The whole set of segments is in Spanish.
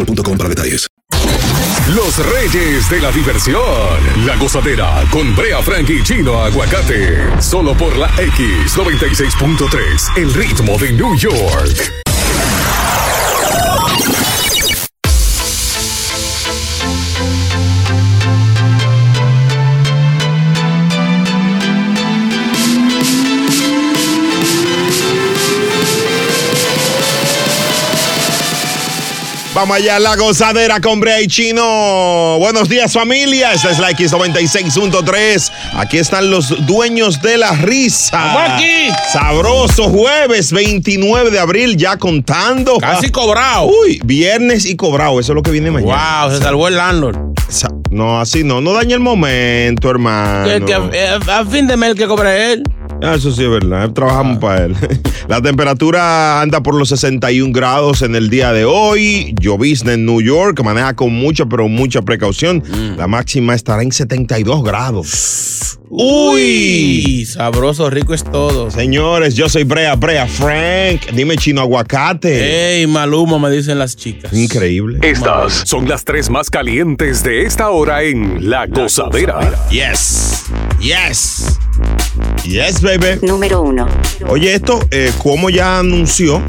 para detalles. Los Reyes de la Diversión. La gozadera con Brea Frank y Chino Aguacate. Solo por la X96.3, el ritmo de New York. Vamos allá, la gozadera con Brea y Chino. Buenos días, familia. Esta es la X96.3. Aquí están los dueños de la risa. Sabroso jueves 29 de abril, ya contando. Casi cobrado. Uy, viernes y cobrado. Eso es lo que viene mañana. Wow, se salvó el landlord. Sa- No, así no. No daña el momento, hermano. Que- que a, a- a fin de mes el que cobre él. Ah. Ah, Eso sí es verdad, trabajamos para él. La temperatura anda por los 61 grados en el día de hoy. Llovizna en New York, maneja con mucha, pero mucha precaución. Mm. La máxima estará en 72 grados. Uy, sabroso, rico es todo. Señores, yo soy Brea, Brea Frank. Dime chino aguacate. Ey, Maluma, me dicen las chicas. Increíble. Estas son las tres más calientes de esta hora en La Gozadera. Yes. Yes. Yes, baby. Número 1. Oye, esto, eh, como ya anunció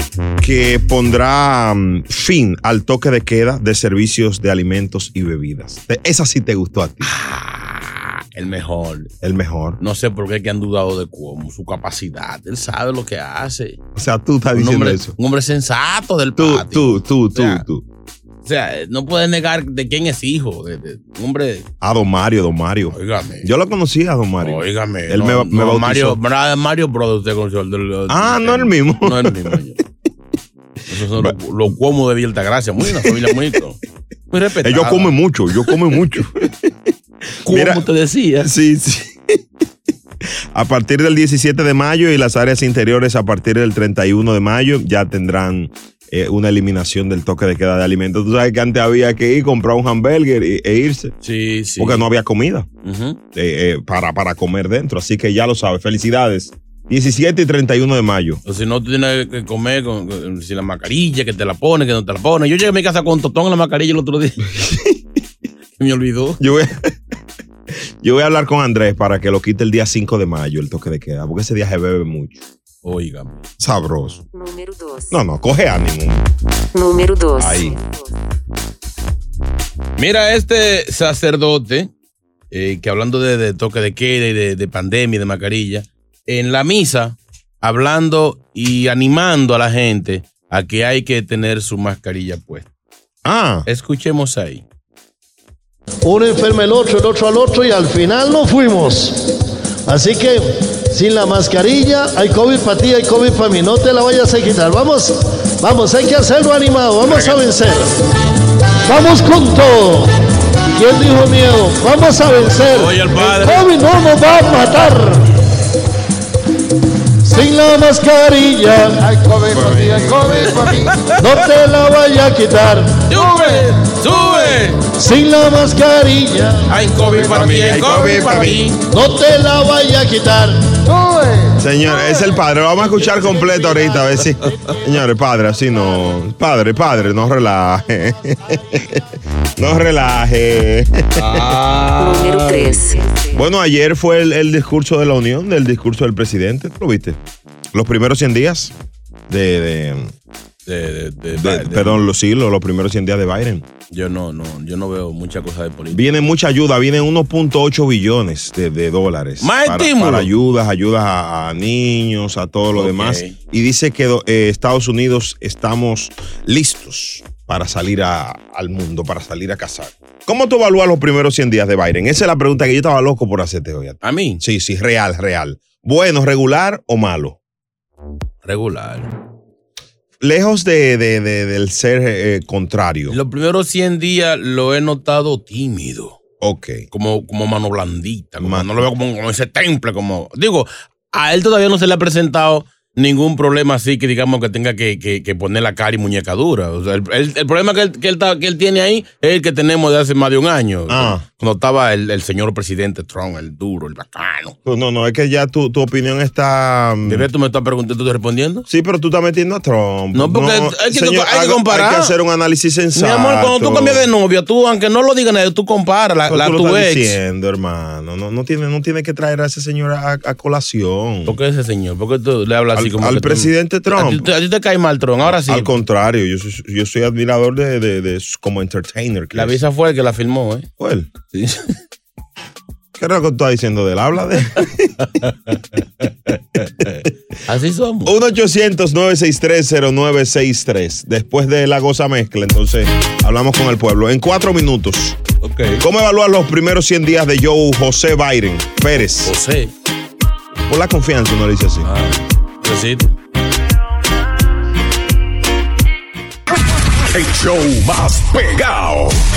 que pondrá mm, fin al toque de queda de servicios de alimentos y bebidas. Te- Esa sí te gustó a ti, Ah, El mejor. el mejor. No sé por qué que han dudado de cómo, su capacidad. Él sabe lo que hace. O sea, tú estás Un diciendo hombre, eso. un hombre sensato del Tú, patio. tú, tú, tú, sea, tú. O sea, no puedes negar de quién es hijo. de- de- un hombre. A Don Mario, Don Mario. Óigame. Yo lo conocí a Don Mario. Óigame. Él no, me, no, me Mario, bautizó. Bra- Mario Brothers, usted conoció, el del- del- Ah, del- no el mismo. No el mismo. yo. Esos son los, los cuomos de Viltagracia. Muy una familia muy. Muy respetada. Ellos comen mucho, Eh, yo come mucho. Como Mira. te decía. Sí, sí. A partir del 17 de mayo y las áreas interiores a partir del 31 de mayo ya tendrán eh, una eliminación del toque de queda de alimentos. Tú sabes que antes había que ir, comprar un hamburger y- e irse, Sí, sí. porque no había comida Ujú. eh, eh, para, para comer dentro. Así que ya lo sabes. Felicidades. 17 y 31 de mayo. O si no, tú tienes que comer con, con- si la mascarilla, que te la pone, que no te la pone. Yo llegué a mi casa con Totón en la mascarilla el otro día. Me olvidó. Yo voy, a- yo voy a hablar con Andrés para que lo quite el día 5 de mayo el toque de queda, porque ese día se bebe mucho. Óigame. Sabroso. Número 2. No, no, coge ánimo. Número 2. Ahí. Mira, este sacerdote, eh, que hablando de, de toque de queda y de, de pandemia y de mascarilla, en la misa, hablando y animando a la gente a que hay que tener su mascarilla puesta. Ah. Escuchemos ahí. Uno enferma el otro, el otro al otro y al final no fuimos. Así que sin la mascarilla hay COVID para ti, hay COVID para mí. No te la vayas a quitar. Vamos, vamos, hay que hacerlo animado. Vamos a vencer. Vamos con todo. ¿Quién dijo miedo? Vamos a vencer. El COVID no nos va a matar. Sin la mascarilla. Hay COVID para ti, hay COVID para mí. No te la vayas a quitar. ¡Sube! ¡Sube! Sin la mascarilla. Hay COVID para mí, hay COVID para mí. No te la vayas a quitar. Señor, es el padre. Lo vamos a escuchar completo ahorita, a ver si. Señores, padre, así no. Padre, padre, no relaje. No relaje. Ah, Número 3. Bueno, ayer fue el, el discurso de la Unión, del discurso del presidente, ¿tú lo viste? Los primeros 100 días de. de- de- perdón, los sí, los, los primeros 100 días de Biden. Yo no, no, yo no veo mucha cosa de política. Viene mucha ayuda, vienen 1.8 billones de, de dólares. Más para, estímulo. para ayudas, ayudas a, a niños, a todo lo demás. Y dice que do- eh, Estados Unidos estamos listos para salir a- al mundo, para salir a cazar. ¿Cómo tú evalúas los primeros 100 días de Biden? Esa es la pregunta que yo estaba loco por hacerte hoy. ¿A mí? Sí, sí, real, real. ¿Bueno, regular o malo? Regular. Lejos de, de- de- del ser eh, contrario. Los primeros 100 días lo he notado tímido. Ok. Como, como mano blandita. como- no lo veo como, como ese temple. Como, digo, a él todavía no se le ha presentado ningún problema así que digamos que tenga que, que- que poner la cara y muñeca dura. O sea, el, el- el problema que él, que él ta- que él tiene ahí es el que tenemos de hace más de un año. Ah. Cuando estaba el, el señor presidente Trump, el duro, el bacano. Pues No, no, es que ya tu, tu opinión está. mm. Bebé, tú me estás preguntando, tú estás respondiendo. Sí, pero tú estás metiendo a Trump. No, porque hay que- hay que haga- comparar. Hay que hacer un análisis sensato. Mi amor, cuando tú cambias de novia, tú, aunque no lo digas nadie, tú comparas la, Pero la tú lo tu estás ex. diciendo, hermano. No, no, tiene, no tiene que traer a ese señor a, a colación. ¿Por qué ese señor? ¿Por qué tú le hablas así Al- como al que tú- presidente Trump. A ti, te- a ti te cae mal Trump, ahora sí. Al contrario, yo soy, yo soy admirador de, de- de su- como entertainer. que la es. visa fue el que la firmó, ¿eh? ¿Fue él? Sí. ¿Qué es lo que tú estás diciendo de él? Habla de Así somos. 1-800-963-0963. Después de la goza mezcla, entonces hablamos con el pueblo. En cuatro minutos. ¿Cómo evaluar los primeros 100 días de Joe José Biden Pérez? José. Ah. Por la confianza, uno le dice así. Besito. El show más pegado.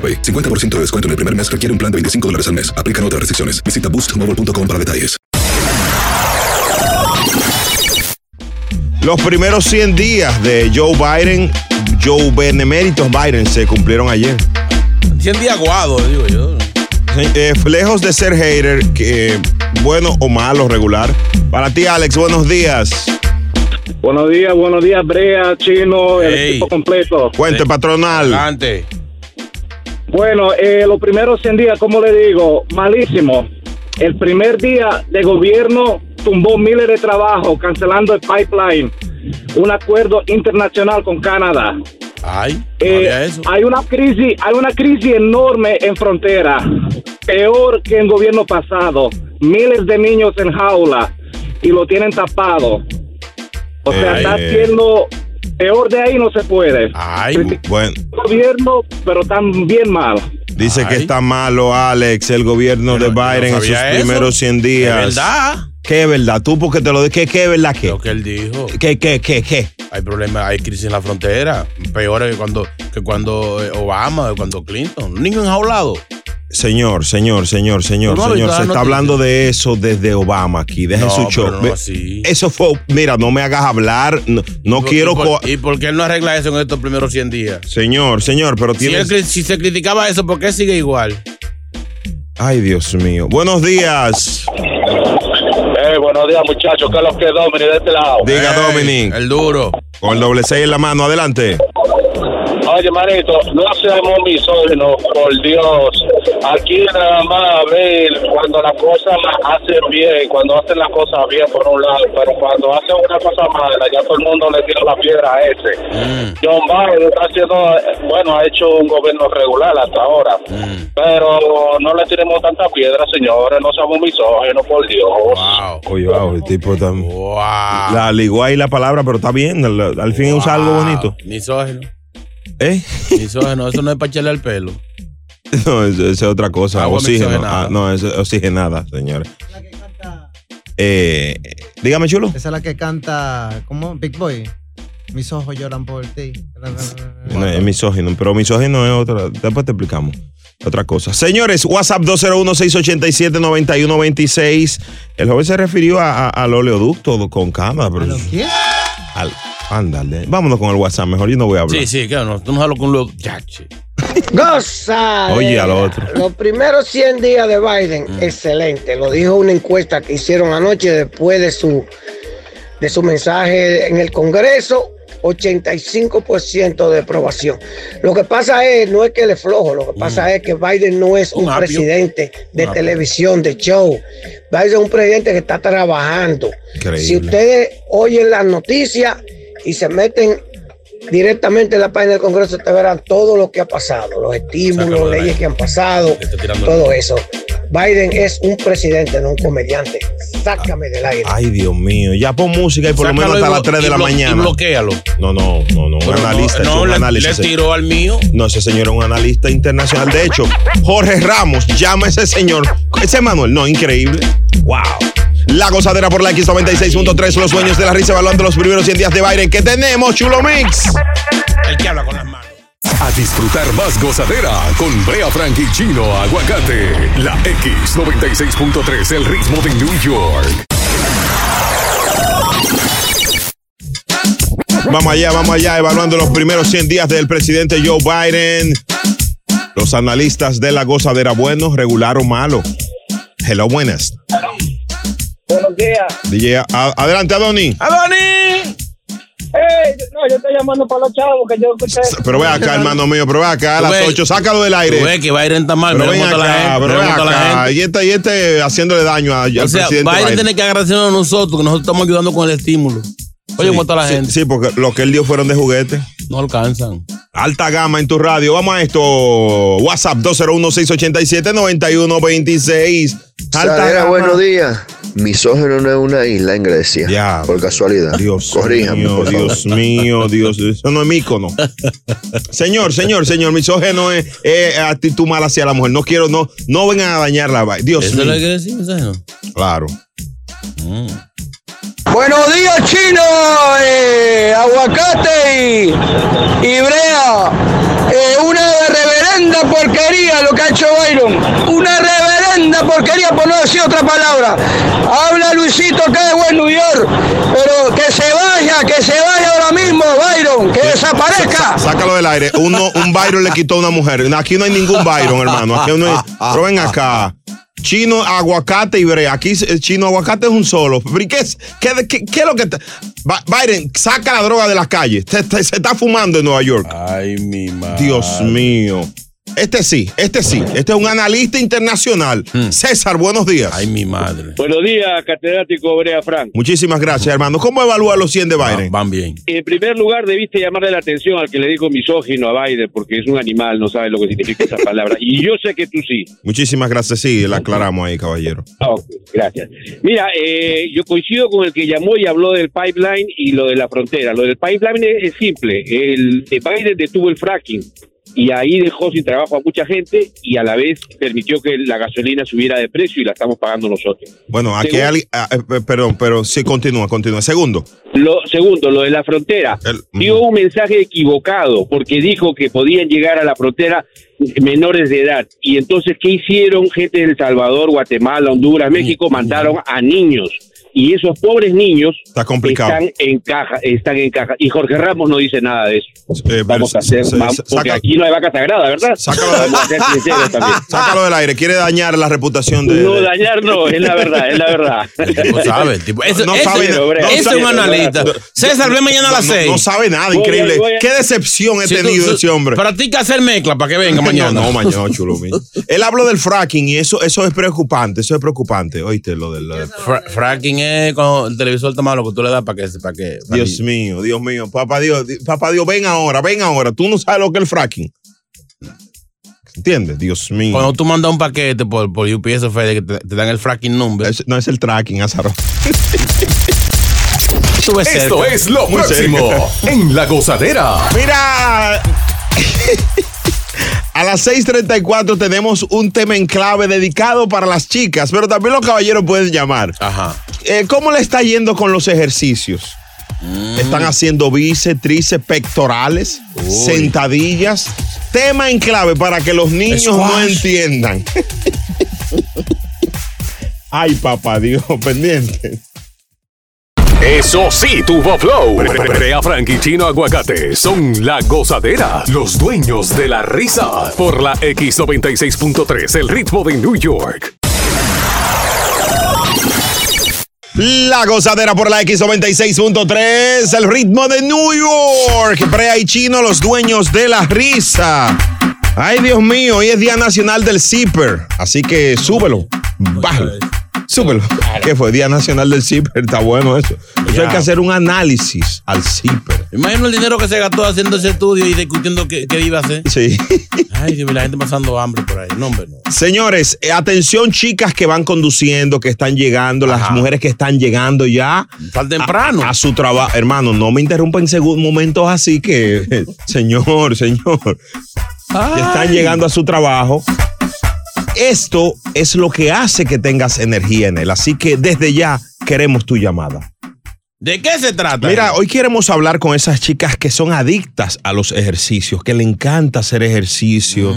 50% de descuento en el primer mes requiere un plan de 25 dólares al mes. Aplican otras restricciones. Visita boostmobile.com para detalles. Los primeros 100 días de Joe Biden, Joe Beneméritos Biden, se cumplieron ayer. 100 días aguado, digo yo. Eh, lejos de ser hater, que, eh, bueno o malo, regular. Para ti, Alex, buenos días. Buenos días, buenos días, Brea, Chino, el equipo completo. Cuente, patronal. Adelante. Bueno, eh, los primeros 100 días, como le digo, malísimo. El primer día de gobierno tumbó miles de trabajo, cancelando el pipeline, un acuerdo internacional con Canadá. Ay, Eh, Hay una crisis, hay una crisis enorme en frontera, peor que en gobierno pasado. Miles de niños en jaula y lo tienen tapado. O sea, Eh, está eh. haciendo peor de ahí no se puede. Ay, bueno. Gobierno, pero también mal. Dice que está malo, Alex, el gobierno de Biden en sus sabía eso. primeros 100 días. Es verdad. ¿Qué verdad? Tú porque te lo dije, ¿qué verdad qué? Lo que él dijo. ¿Qué, qué, qué, qué? Hay problemas, hay crisis en la frontera. Peor que cuando, que cuando eh, Obama, que cuando Clinton. Un niño enjaulado. Señor, señor, señor, señor, No, no, señor, no, se no, está no, hablando de eso desde Obama aquí, deje No, su show. pero no Ve- así. Eso fue, mira, no me hagas hablar, no, no ¿Y por- quiero... ¿Y co- por, ¿Y por qué él no arregla eso en estos primeros 100 días? Señor, señor, pero Si, tienes... él cri- si se criticaba eso, ¿por qué sigue igual? Ay, Dios mío. Buenos días. Eh, buenos días, muchachos. ¿Qué es lo que es Domini de este lado? Diga, Dominic. El duro. Con el doble seis en la mano, adelante. Oye, manito, no seamos misóginos, por Dios. Aquí nada más, a ver, cuando las cosas las hacen bien, cuando hacen las cosas bien por un lado, pero cuando hacen una cosa mala, ya todo el mundo le tira la piedra a ese. Mm. John Biden está haciendo, bueno, ha hecho un gobierno regular hasta ahora, Mm. pero no le tiremos tanta piedra, señores, no seamos misóginos, por Dios. Oye, wow, el tipo tan. La ligó ahí la palabra, pero está bien. al- Al fin usa algo bonito. Misógeno. ¿Eh? Misógeno, eso no es para echarle al pelo. No, eso, eso es otra cosa. Agua oxígeno. oxigenada. Ah, no, eso es oxigenada, señores. Eh, dígame, chulo. Esa es la que canta, ¿cómo? Big Boy. Mis ojos lloran por ti. No, es misógino, pero misógino es otra. Después te explicamos. Otra cosa. Señores, WhatsApp 201-687-9126. El joven se refirió a- a- al oleoducto con cámara. Pero, ¿Qué? al, ándale. Vámonos con el WhatsApp mejor. Yo no voy a hablar. Sí, sí, claro. No, tú no hablas con los yachi. Goza. Oye, al otro. Los primeros 100 días de Biden, Mm. excelente. Lo dijo una encuesta que hicieron anoche después de su, de su mensaje en el Congreso. 85% de aprobación. Lo que pasa es, no es que le flojo, lo que pasa es que Biden no es un, Mm. apio. presidente de Un apio. televisión, de show. Biden es un presidente que está trabajando. Increíble. Si ustedes oyen las noticias y se meten directamente en la página del Congreso te verán todo lo que ha pasado, los estímulos, Sácalo de leyes ahí. que han pasado, tirando todo el- eso. Biden es un presidente, no un comediante. Sácame del aire. Ay, Dios mío. Ya pon música y por lo Sácalo menos y hasta blo- las 3 de y la blo- y mañana. bloquéalo. No, no, no, no. Un Pero no, analista. no, es un le- análisis. le tiró al mío. No, ese señor es un analista internacional. De hecho, Jorge Ramos llama a ese señor. Ese Manuel, no, increíble. Wow. La gozadera por la X96.3, los sueños de la risa, evaluando los primeros 100 días de Biden. ¿Qué tenemos, Chulo Mix? El que habla con las manos. A disfrutar más gozadera con Brea Frank y Chino Aguacate. La X96.3, el ritmo de New York. Vamos allá, vamos allá, evaluando los primeros 100 días del presidente Joe Biden. Los analistas de la gozadera, bueno, regular o malo. Hello, buenas. Buenos días. DJ, a- adelante, Adoni. Ah, ¡Adoni! Hey, no, yo estoy llamando para los chavos que yo escuché. Pero ve acá, hermano mío, pero ve acá, a Tú las ves- 8, sácalo del aire. Tú ves que Biden está mal. mira Pero ven cómo está la acá, gente, pero mira ven cómo está la acá. gente. Y este, y este haciéndole daño a- al O sea, presidente Biden, Biden. tiene que agradecernos a nosotros, que nosotros estamos ayudando con el estímulo. Oye, Sí, cómo está la sí, gente. Sí, porque lo que él dio fueron de juguete. No alcanzan. Alta gama en tu radio. Vamos a esto. WhatsApp 201-687-9126. Alta Sadera, gama. buenos días. Misógeno no es una isla en Grecia. por casualidad. Dios Corríjame, mío, por favor. Dios mío, Dios. Eso no es mícono. Señor, señor, señor, misógeno es, es actitud mala hacia la mujer. No quiero, no, no vengan a dañar la vaina. Dios ¿Eso mío. es lo que quiere decir, misógeno? Claro. Buenos días, chino, eh, aguacate y, y brea. Eh, una reverenda porquería lo que ha hecho Byron. Una reverenda porquería, por no decir otra palabra. Habla Luisito que es buen New York, pero que se vaya, que se vaya ahora mismo, Byron, que desaparezca. Sácalo del aire. Uno, un Byron le quitó a una mujer. Aquí no hay ningún Byron, hermano. Aquí no hay. Pero ven acá. Chino, aguacate y brea. Aquí eh, chino, aguacate es un solo. Pero ¿y ¿Qué es, qué, qué- qué es lo que.? está- Ba- Byron, saca la droga de las calles. Te- te- se está fumando en Nueva York. Ay, mi madre. Dios mío. este sí, este sí. Este es un analista internacional. César, buenos días. Ay, Mm. mi madre. Buenos días, catedrático Brea Frank. Muchísimas gracias, hermano. ¿Cómo evalúa los 100 de Biden? Van bien. En primer lugar, debiste llamarle la atención al que le dijo misógino a Biden, porque es un animal, no sabe lo que significa esa palabra. Y yo sé que tú sí. Muchísimas gracias. Sí, la aclaramos ahí, caballero. Ah, ok, gracias. Mira, eh, yo coincido con el que llamó y habló del pipeline y lo de la frontera. Lo del pipeline es, es simple. El, eh, Biden detuvo el fracking y ahí dejó sin trabajo a mucha gente y a la vez permitió que la gasolina subiera de precio y la estamos pagando nosotros. Bueno, aquí Según- hay alguien- ah, eh, eh, Perdón, pero sí, continúa, continúa. Segundo. Lo segundo, lo de la frontera. Dio un mensaje equivocado porque dijo que podían llegar a la frontera menores de edad. Y entonces, ¿qué hicieron gente del Salvador, Guatemala, Honduras, México? Mandaron a niños. Y esos pobres niños complicado. están en caja, están en caja. Y Jorge Ramos no dice nada de eso. Eh, Vamos a hacer, sa- vamos- sa- porque saca- aquí no hay vaca sagrada, ¿verdad? Vamos a ser sinceros también. Sácalo del aire. Quiere dañar la reputación de. No, dañar no, es la verdad, es la verdad. El tipo sabe, el tipo- eso- no eso- sabe pero, nada. Brea, No eso sabe- es un analista. No- César, ven mañana a las no- seis. No sabe nada, increíble. Qué decepción he Si tú- tenido si- ese hombre. Practica hacer mezcla para que venga mañana. No, no, mañana, chulo mío. Él habló del fracking y eso, eso es preocupante, eso es preocupante. Oíste lo del. Fra- fracking es cuando el televisor toma lo que tú le das para que. Para que para Dios que- mío, Dios mío, papá Dios, di- papá Dios, ven ahora, ven ahora. Tú no sabes lo que es el fracking. ¿Entiendes? Dios mío. Cuando tú mandas un paquete por, por UPS o FedEx, te, te dan el fracking number. no es el tracking, Azaro. Estuve Esto cerca. es lo Muy próximo en La Gozadera. Mira. A las 6:34 tenemos un tema en clave dedicado para las chicas, pero también los caballeros pueden llamar. Ajá. Eh, ¿Cómo le está yendo con los ejercicios? Mm. Están haciendo bíceps, tríceps, pectorales, sentadillas. Tema en clave para que los niños no Squash. entiendan. Ay, papá Dios, pendiente. Eso sí, tuvo flow. Brea Frank y Chino Aguacate son la gozadera, los dueños de la risa. Por la X96.3, el ritmo de New York. La gozadera por la X96.3, el ritmo de New York. Brea y Chino, los dueños de la risa. Ay, Dios mío, hoy es Día Nacional del Zipper, así que súbelo, bájalo, súbelo. ¿Qué fue? Día Nacional del Zipper, está bueno eso. Eso Ya. hay que hacer un análisis al zipper. Imagino el dinero que se gastó haciendo ese estudio y discutiendo qué, qué iba a hacer. Sí. Ay, Dios mío, la gente pasando hambre por ahí. No, hombre, no. Señores, eh, atención chicas que van conduciendo, que están llegando, las mujeres que están llegando ya. Tan temprano. A, a su trabajo. Hermano, no me interrumpan en segun- momentos así que, eh, señor, señor, que están llegando a su trabajo. Esto es lo que hace que tengas energía en él. Así que desde ya queremos tu llamada. ¿De qué se trata? Mira, hoy queremos hablar con esas chicas que son adictas a los ejercicios, que le encanta hacer ejercicio.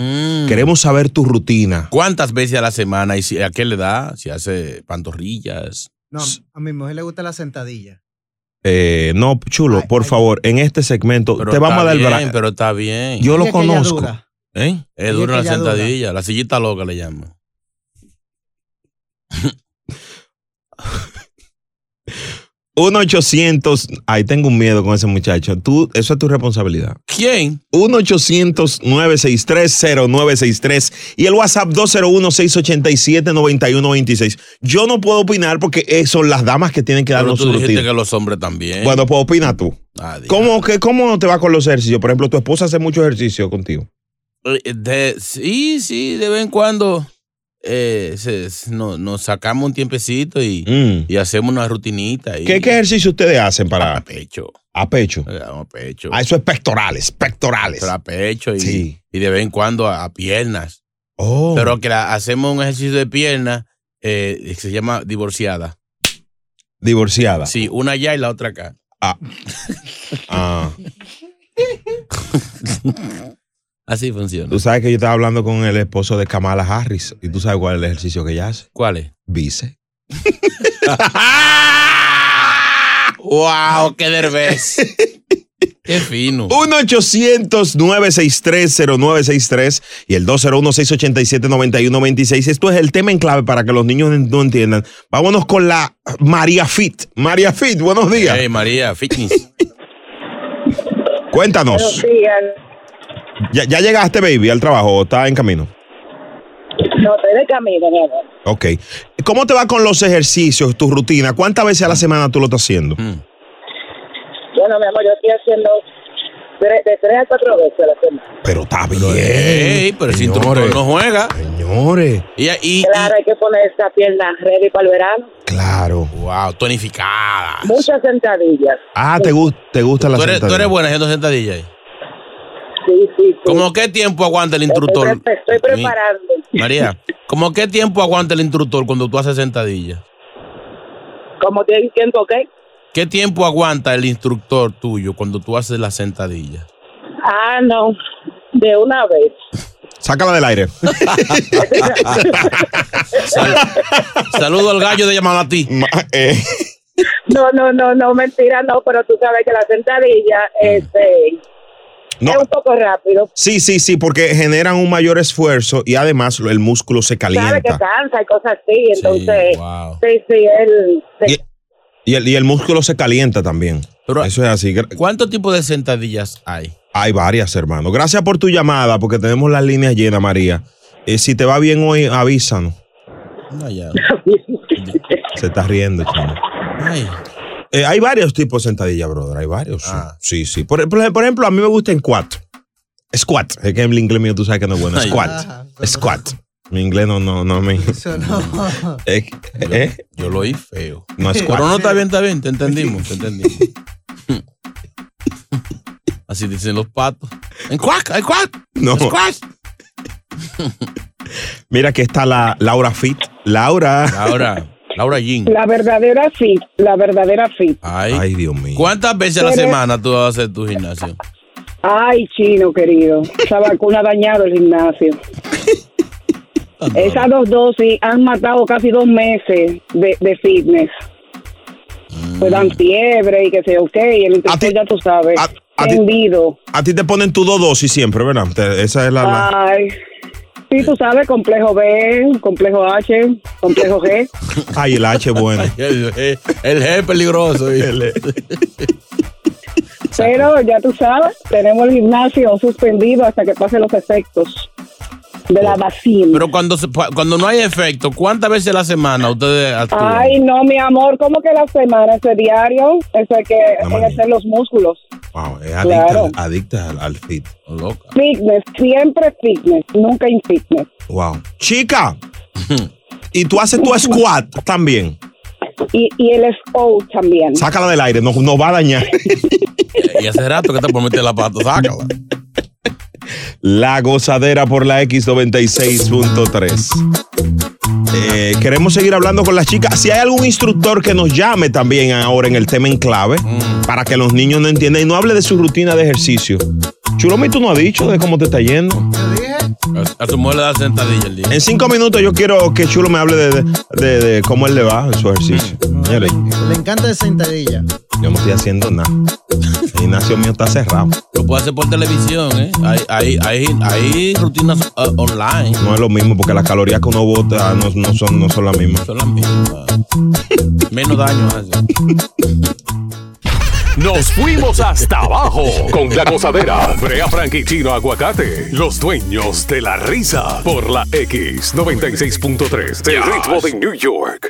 Queremos saber tu rutina. ¿Cuántas veces a la semana y si, a qué le da? Si hace pantorrillas. No, a mi mujer le gusta la sentadilla. Eh, no, chulo, por favor, en este segmento Pero te vamos a está dar el bien, brazo. Pero está bien. Yo lo Dile que ella conozco. dura. ¿Eh? Dile Es dura que la ella dura. sentadilla. La sillita loca le llaman. Un 800 Ahí tengo un miedo con ese muchacho. Tú, eso es tu responsabilidad. ¿Quién? 1-800-963-0963 y el WhatsApp 201-687-9126. Yo no puedo opinar porque eh, son las damas que tienen que Pero darnos tú su dijiste rutina. que Ah, los hombres también. Bueno, pues opina tú. ¿Cómo, que, ¿Cómo te va con los ejercicios? Por ejemplo, tu esposa hace mucho ejercicio contigo. Eh, de- sí, sí, de vez en cuando eh, se- se- no- nos sacamos un tiempecito y, y hacemos una rutinita. Y, Mm. ¿Qué, ¿Qué ejercicio ustedes hacen para...? A pecho. A pecho. A pecho. Ah, eso es pectorales, pectorales. Pero a pecho y, y de vez en cuando a, a piernas. Oh. Pero que la- hacemos un ejercicio de piernas eh, que se llama divorciada. Divorciada. Sí, una allá y la otra acá. Ah. Ah. Así funciona. Tú sabes que yo estaba hablando con el esposo de Kamala Harris y tú sabes cuál es el ejercicio que ella hace. ¿Cuál es? Vice. ¡Wow! ¡Qué derbez! ¡Qué fino! 1-800-963-0963 y el 201-687-9126. Esto es el tema en clave para que los niños no entiendan. Vámonos con la María Fit. María Fit, buenos días. Hey, María, fitness. Cuéntanos. eh, Buenos días. ¿Ya, ya llegaste, baby, al trabajo o está en camino? No, estoy de camino, mi amor. Ok. ¿Cómo te va con los ejercicios, tu rutina? ¿Cuántas veces a Mm. la semana tú lo estás haciendo? Bueno, mi amor, yo estoy haciendo tre- de tres a cuatro veces a la semana. Pero está bien. Ey, pero si instructor no juega. Señores. Y, y- Claro, hay que poner esta pierna ready para el verano. Claro. Wow, tonificada. Muchas sentadillas. Ah, te, gu- te gusta la ¿Tú eres, tú sentadilla. eres buena haciendo sentadilla ahí. Sí, sí, sí. ¿Cómo qué tiempo aguanta el Estoy, instructor? pre- estoy preparando. Mi- María, ¿cómo qué tiempo aguanta el instructor cuando tú haces sentadilla? Como te diciendo, ¿ok? ¿Qué tiempo aguanta el instructor tuyo cuando tú haces la sentadilla? Ah, no. De una vez. Sácala del aire. Saludo al gallo de Yamalatí. eh. No, no, no, no, mentira, no, pero tú sabes que la sentadilla Mm. este, es un poco rápido. Sí, sí, sí, porque generan un mayor esfuerzo y además lo- el músculo se Sabe que calienta. cansa y cosas así, entonces, sí, sí, él... Y, y el, y el músculo se calienta también. Eso es así. ¿Cuántos tipos de sentadillas hay? Hay varias, hermano. Gracias por tu llamada, porque tenemos las líneas llenas, María. Eh, si te va bien hoy, avísanos. No, ya. Se está riendo, chamo. Ay. Eh, hay varios tipos de sentadilla, brother. Hay varios. sí. Ah. Sí, sí. Por, por- por ejemplo, a mí me gusta en cuatro. Squat. Es que en inglés mío tú sabes que no es bueno. Ay. Squat. Ajá, Squat. Mi inglés no, no, no me. Eh, eh, Yo lo oí feo. No es Pero no está bien, está bien, te entendimos, te entendimos. Así dicen los patos. En cuac, en cuac. No. En cuac. Mira, aquí está la Laura Fit. Laura. Laura. Laura Jean. La verdadera fit, la verdadera fit. Ay. Dios mío. ¿Cuántas veces a la Pero- semana tú vas a hacer tu gimnasio? Ay, chino, querido. Esa vacuna ha dañado el gimnasio. Esas dos dosis han matado casi dos meses de, de fitness. Pues dan fiebre y que sé yo qué, y el instructor ya tú sabes. tendido. A ti te ponen tu dos dosis siempre, ¿verdad? Te- esa es la. la- Ay. Sí, tú sabes, complejo B, complejo H, complejo G. Ay, el H bueno. el, G, es peligroso. Pero ya tú sabes, tenemos el gimnasio suspendido hasta que pasen los efectos de la vacina. Pero cuando, se- cuando no hay efecto, ¿cuántas veces a la semana ustedes actúan? Ay, no, mi amor, ¿cómo que la semana? Ese diario, eso hay que hay que hacer los músculos. Wow, es adicta, Claro. adicta al, al fit. Loca. Fitness, siempre fitness, nunca infitness. Wow. Chica. y tú haces tu squat también. Y, y el scout también. Sácala del aire, nos, nos va a dañar. Y hace rato que te por meter la pata, sácala. La gozadera por la X96.3. Eh, queremos seguir hablando con las chicas. Si hay algún instructor que nos llame también ahora en el tema en clave, Mm. para que los niños no entiendan y no hable de su rutina de ejercicio. Chulomi, tú no has dicho de cómo te está yendo. A, a tu mujer le da sentadilla el día. En cinco minutos yo quiero que Chulo me hable de, de- de cómo él le va en su ejercicio. Mm. Señores, Le encanta de sentadilla. yo no estoy haciendo nada. El gimnasio mío está cerrado. Lo puede hacer por televisión, ¿eh? Hay, hay, hay, hay rutinas ah, online. No es lo mismo porque las calorías que uno bota no, no son, no son las mismas. Son las mismas. Menos daño hace. Nos fuimos hasta abajo con la gozadera. Brea Frank y Chino Aguacate, los dueños de la risa. Por la X96.3, del ritmo de New York.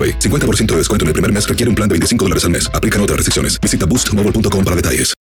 50% de descuento en el primer mes requiere un plan de 25 dólares al mes. Aplican otras restricciones. Visita boostmobile.com para detalles.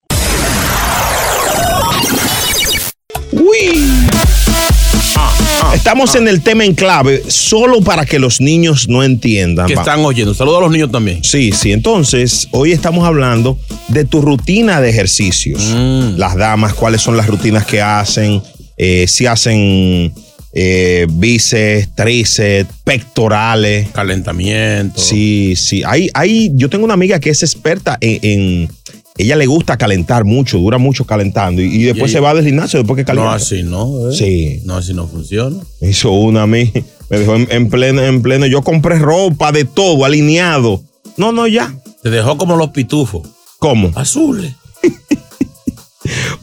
Ah, Estamos en el tema en clave, solo para que los niños no entiendan. Que Va- están oyendo. Saludos a los niños también. Sí, sí. Entonces, hoy estamos hablando de tu rutina de ejercicios. Mm. Las damas, cuáles son las rutinas que hacen, eh, si hacen eh, bíceps, tríceps, pectorales. Calentamiento. Sí, sí. Hay, hay, yo tengo una amiga que es experta en. en- ella le gusta calentar mucho, dura mucho calentando y, y después Y se ella- va del gimnasio después que calienta. No, así no. eh. Sí. No, así no funciona. Me hizo una a mí. Me dejó en, en pleno, en pleno. Yo compré ropa de todo, alineado. No, no, ya. Te dejó como los pitufos. ¿Cómo? Azules.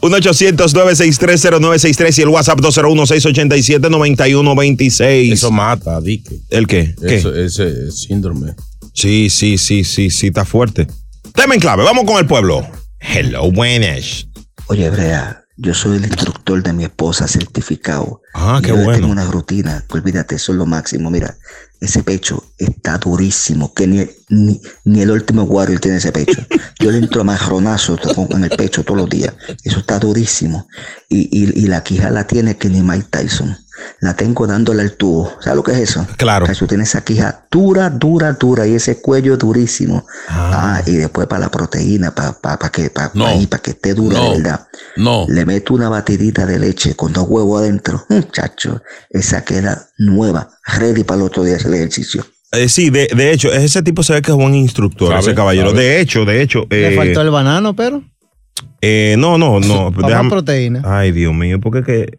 1-800-963-0963 y el WhatsApp 201-687-9126. Eso mata, Dique. ¿El qué? ¿Qué? Eso- ese síndrome. Sí, sí, sí, sí, sí, está fuerte. Tema en clave, vamos con el pueblo. Hello, buenas. Oye, Brea, yo soy el instructor de mi esposa certificado. Ah, qué yo le bueno. Tengo una rutina, que olvídate, eso es lo máximo. Mira, ese pecho está durísimo, que ni, ni, ni el último Warrior tiene ese pecho. Yo le entro a marronazo en el pecho todos los días. Eso está durísimo. Y, y, y la quija la tiene que ni Mike Tyson. La tengo dándole al tubo. ¿Sabes lo que es eso? Claro. Tú tienes esa quija dura, dura, dura y ese cuello durísimo. Ah, y después para la proteína, para pa, pa que, pa, ahí, pa que esté dura, de verdad. No. Le meto una batidita de leche con dos huevos adentro. Muchacho, esa queda nueva, ready para el otro día hacer ejercicio. Eh, sí, de, de hecho, ese tipo se ve que es buen instructor, Sabe, ese caballero. sabe. De hecho, de hecho. Le eh, faltó el banano, pero. eh, no, no, no. Vamos a proteína. Ay, Dios mío, porque que. Eh,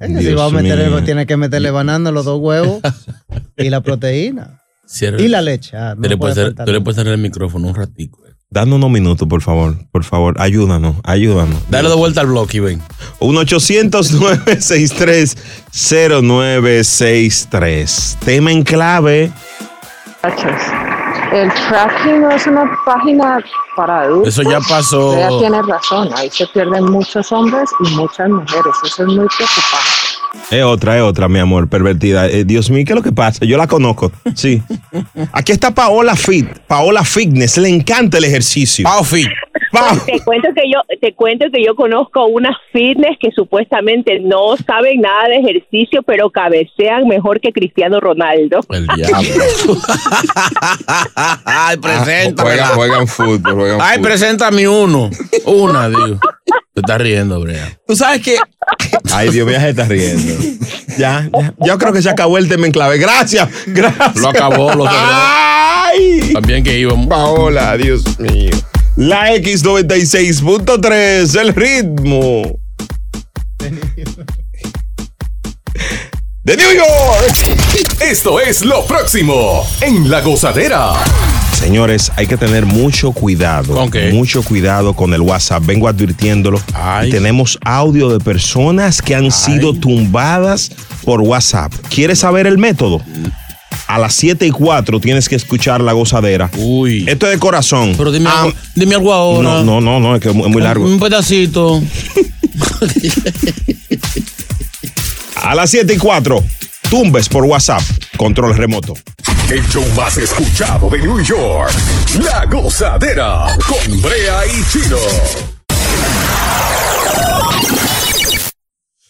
que si Dios va a meter el- mío. tiene que meterle banano, los dos huevos y la proteína. Cierra- Y la leche. Ah, no tú, le puede puedes cerrar, faltar. tú le puedes cerrar el micrófono un ratito. Danos unos minutos, por favor. Por favor, ayúdanos, ayúdanos. Dale de vuelta al bloque y ven. 1-800-963-0963. Tema en clave. El tracking no es una página para adultos. Eso ya pasó. Ella tiene razón, ahí se pierden muchos hombres y muchas mujeres. Eso es muy preocupante. Es otra, es otra, mi amor, pervertida. Eh, Dios mío, ¿qué es lo que pasa? Yo la conozco. Sí. Aquí está Paola Fit. Paola Fitness. Le encanta el ejercicio. Paola Fit. Te cuento que yo te cuento que yo conozco unas fitness que supuestamente no saben nada de ejercicio, pero cabecean mejor que Cristiano Ronaldo. Ah, Ay, presenta. Juegan, Ah, juegan fútbol, juegan Ay, fútbol. preséntame uno. Una, digo. Te estás riendo, Brea. Tú sabes que. Ay, Dios mío, se está riendo. Ya, ya. Yo creo que se acabó el tema en clave. Gracias, gracias. Lo acabó, lo cerró. Ay. También que íbamos. Paola, Dios mío. La X96.3, el ritmo. de New York. Esto es lo próximo en La Gozadera. Señores, hay que tener mucho cuidado. Mucho cuidado con el WhatsApp. Vengo advirtiéndolo. Y tenemos audio de personas que han sido tumbadas por WhatsApp. ¿Quieres saber el método? A las 7 y 4 tienes que escuchar la gozadera. Uy. Esto es de corazón. Pero dime, algo, ahora. No, no, no, no, es que es muy- es muy largo. Un pedacito. A las 7 y 4, tumbes por WhatsApp. Control remoto. El show más escuchado de New York. La Gozadera con Brea y Chino.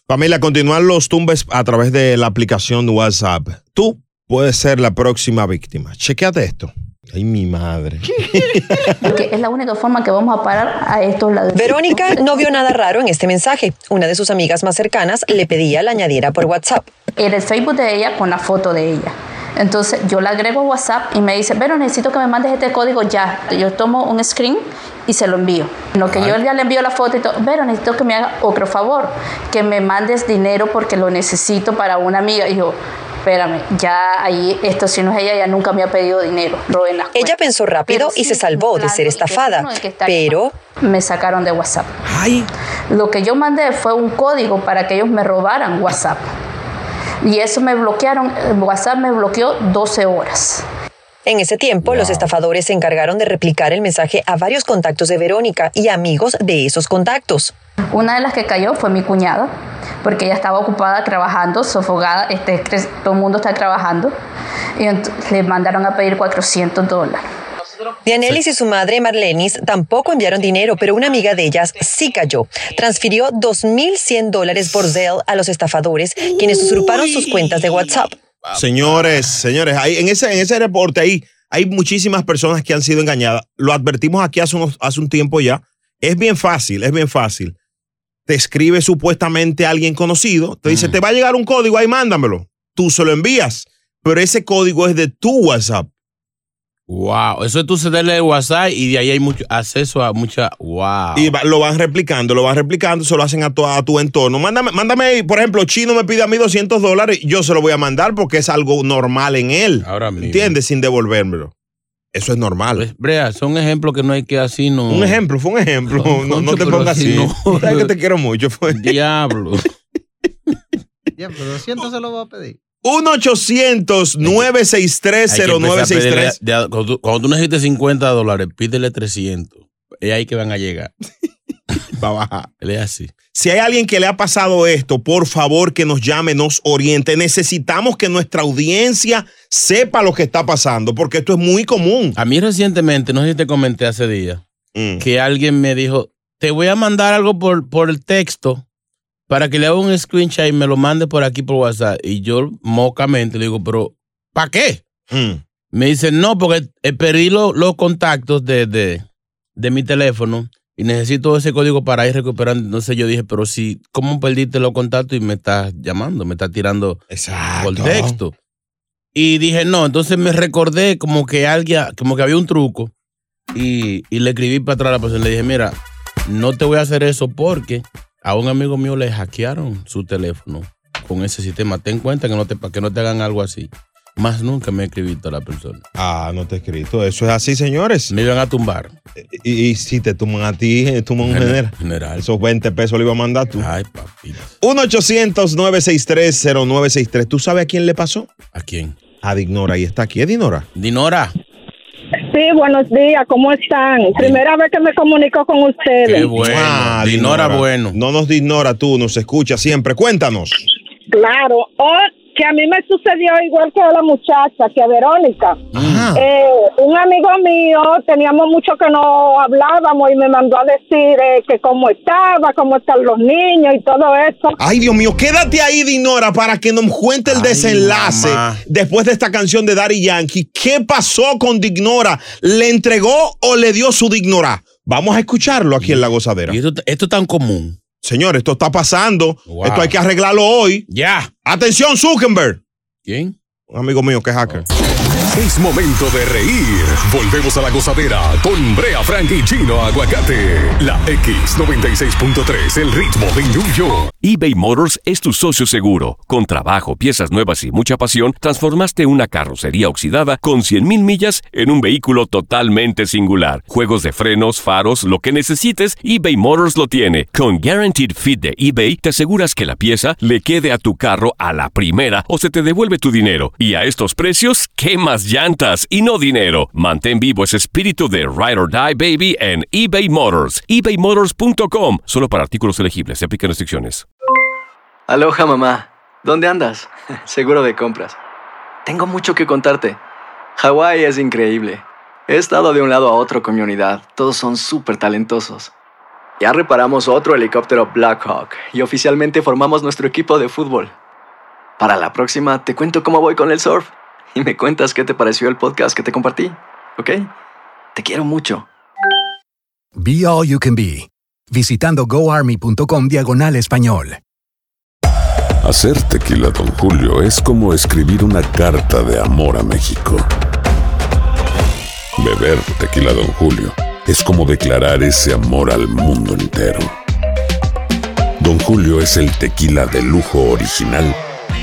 Familia, continuar los tumbes a través de la aplicación de WhatsApp. Tú puedes ser la próxima víctima. Chequeate esto. Ay, mi madre. Porque es la única forma que vamos a parar a estos ladrones. Verónica no vio nada raro en este mensaje. Una de sus amigas más cercanas le pedía la añadiera por WhatsApp. en el Facebook de ella con la foto de ella. Entonces yo la agrego a WhatsApp y me dice, pero necesito que me mandes este código ya. Yo tomo un screen y se lo envío. En lo que yo ya le envío la foto y todo, pero necesito que me haga otro favor, que me mandes dinero porque lo necesito para una amiga. Y yo, espérame, ya ahí, esto si no es ella, ya nunca me ha pedido dinero. Ella pensó rápido y se salvó de ser estafada, pero... Me sacaron de WhatsApp. Lo que yo mandé fue un código para que ellos me robaran WhatsApp. Y eso me bloquearon, WhatsApp me bloqueó 12 horas. En ese tiempo, los estafadores se encargaron de replicar el mensaje a varios contactos de Verónica y amigos de esos contactos. Una de las que cayó fue mi cuñada, porque ella estaba ocupada trabajando, sofocada, este, cre- todo el mundo está trabajando, y ent- le mandaron a pedir 400 dólares. Dianelis y su madre Marlenis tampoco enviaron dinero, pero una amiga de ellas sí cayó. Transfirió 2.100 dólares por Zelle a los estafadores, quienes usurparon sus cuentas de WhatsApp. Señores, señores, ahí, en, ese, en ese reporte ahí hay muchísimas personas que han sido engañadas. Lo advertimos aquí hace, unos- hace un tiempo ya. Es bien fácil, es bien fácil. Te escribe supuestamente alguien conocido, te dice, te va a llegar un código, ahí mándamelo. Tú se lo envías, pero ese código es de tu WhatsApp. Wow, eso es tu cederle el WhatsApp y de ahí hay mucho acceso a mucha. Wow. Y va- lo van replicando, lo van replicando, se lo hacen a tu, a tu entorno. Mándame, mándame, ahí, por ejemplo, Chino me pide a mí 200 dólares, yo se lo voy a mandar porque es algo normal en él. Ahora mismo. Pues, ¿Entiendes? Sin devolvérmelo. Eso es normal. Brea, son ejemplos que no hay que así, no. Un ejemplo, fue un ejemplo. Concho, no, no te pero pongas así así. no. Sabes que te quiero mucho. Fue. Diablo. Ya, pero 200 se lo va a pedir. 0963. 1-800-963-0963. Cuando tú- cuando tú necesites 50 dólares, pídele 300. Es ahí que van a llegar. Va a bajar. Él es así. Si hay alguien que le ha pasado esto, por favor que nos llame, nos oriente. Necesitamos que nuestra audiencia sepa lo que está pasando, porque esto es muy común. A mí recientemente, no sé si te comenté hace días, que alguien me dijo, te voy a mandar algo por, por el texto para que le haga un screenshot y me lo mande por aquí por WhatsApp. Y yo mocamente le digo, pero ¿para qué? Me dice, no, porque eh, perdí lo- los contactos de, de- de mi teléfono y necesito ese código para ir recuperando. Entonces yo dije, pero si, ¿cómo perdiste los contactos y me estás llamando? Me estás tirando por texto. Y dije, no, entonces me recordé como que alguien, como que había un truco. Y, y le escribí para atrás a la persona. Le dije, mira, no te voy a hacer eso porque a un amigo mío le hackearon su teléfono con ese sistema. Ten cuenta que no te, para que no te hagan algo así. Más nunca me escribiste a la persona. Ah, no te he escrito. Eso es así, señores. Me iban a tumbar. Y, y si te tuman a ti, eh, tuman un general. Esos 20 pesos le iba a mandar tú. Ay, papi. 1-800-963-0963. ¿Tú sabes a quién le pasó? ¿A quién? A Dignora. Y está aquí, ¿es Dinora? Dinora. Sí, buenos días, ¿cómo están? Primera vez que me comunico con ustedes. Ah, Dinora, bueno. No nos ignora tú, nos escucha siempre. Cuéntanos. Claro, o que a mí me sucedió igual que a la muchacha, que a Verónica. Eh, un amigo mío, teníamos mucho que no hablábamos y me mandó a decir eh, que cómo estaba, cómo están los niños y todo eso. Ay, Dios mío, quédate ahí, Dinora, para que nos cuente el desenlace mamá. después de esta canción de Daddy Yankee. ¿Qué pasó con Dignora? ¿Le entregó o le dio su Dignora? Vamos a escucharlo aquí en La Gozadera. esto, es tan común. Señores, esto está pasando. Wow. Esto hay que arreglarlo hoy. Ya. Atención, Zuckerberg. ¿Quién? Un amigo mío que es hacker. Es momento de reír. Volvemos a la gozadera con Brea Frank y Chino Aguacate. La X96.3, el ritmo de New York. eBay Motors es tu socio seguro. Con trabajo, piezas nuevas y mucha pasión, transformaste una carrocería oxidada con 100.000 millas en un vehículo totalmente singular. Juegos de frenos, faros, lo que necesites, eBay Motors lo tiene. Con Guaranteed Fit de eBay, te aseguras que la pieza le quede a tu carro a la primera o se te devuelve tu dinero. Y a estos precios, ¿qué más llantas y no dinero? Mantén vivo ese espíritu de Ride or Die Baby en eBay Motors. ebaymotors.com. Solo para artículos elegibles. Se aplican restricciones. Aloha mamá, ¿dónde andas? Seguro de compras. Tengo mucho que contarte. Hawái es increíble. He estado de un lado a otro con mi unidad. Todos son súper talentosos. Ya reparamos otro helicóptero Blackhawk y oficialmente formamos nuestro equipo de fútbol. Para la próxima te cuento cómo voy con el surf y me cuentas qué te pareció el podcast que te compartí, ¿ok? Te quiero mucho. Be All You Can Be, visitando goarmy.com diagonal español. Hacer tequila Don Julio es como escribir una carta de amor a México. Beber tequila Don Julio es como declarar ese amor al mundo entero. Don Julio es el tequila de lujo original,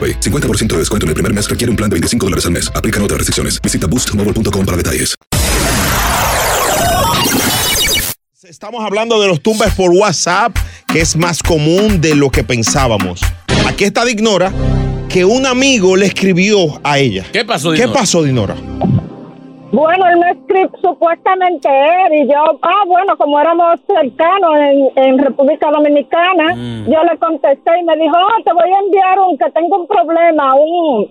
50% de descuento en el primer mes requiere un plan de 25 dólares al mes. Aplican otras restricciones. Visita boostmobile.com para detalles. Estamos hablando de los tumbas por WhatsApp, que es más común de lo que pensábamos. Aquí está Dignora, que un amigo le escribió a ella. ¿Qué pasó, ¿Qué pasó, Dinora? Bueno, él me escribió supuestamente él y yo, ah, bueno, como éramos cercanos en, en República Dominicana, yo le contesté y me dijo, oh, te voy a enviar un, que tengo un problema, un,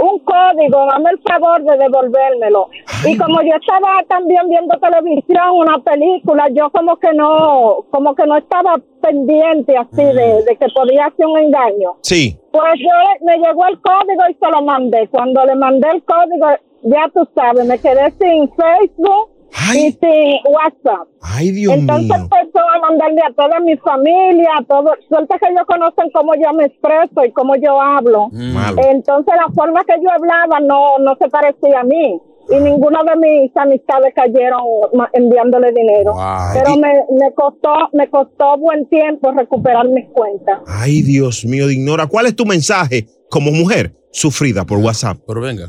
un código, dame el favor de devolvérmelo. Y como yo estaba también viendo televisión, una película, yo como que no, como que no estaba pendiente así de, de que podía ser un engaño. Sí. Pues yo me llegó el código y se lo mandé. Cuando le mandé el código, ya tú sabes, me quedé sin Facebook y sin WhatsApp. Ay, Dios Entonces mío. empezó a mandarle a toda mi familia, a todo, suerte que ellos conocen cómo yo me expreso y cómo yo hablo. Mm. Malo. Entonces la forma que yo hablaba no, no se parecía a mí. Y ninguna de mis amistades cayeron ma- enviándole dinero. Pero me, me costó, me costó buen tiempo recuperar mis cuentas. Ay, Dios mío, Dignora, ¿cuál es tu mensaje como mujer sufrida por WhatsApp? Pero venga.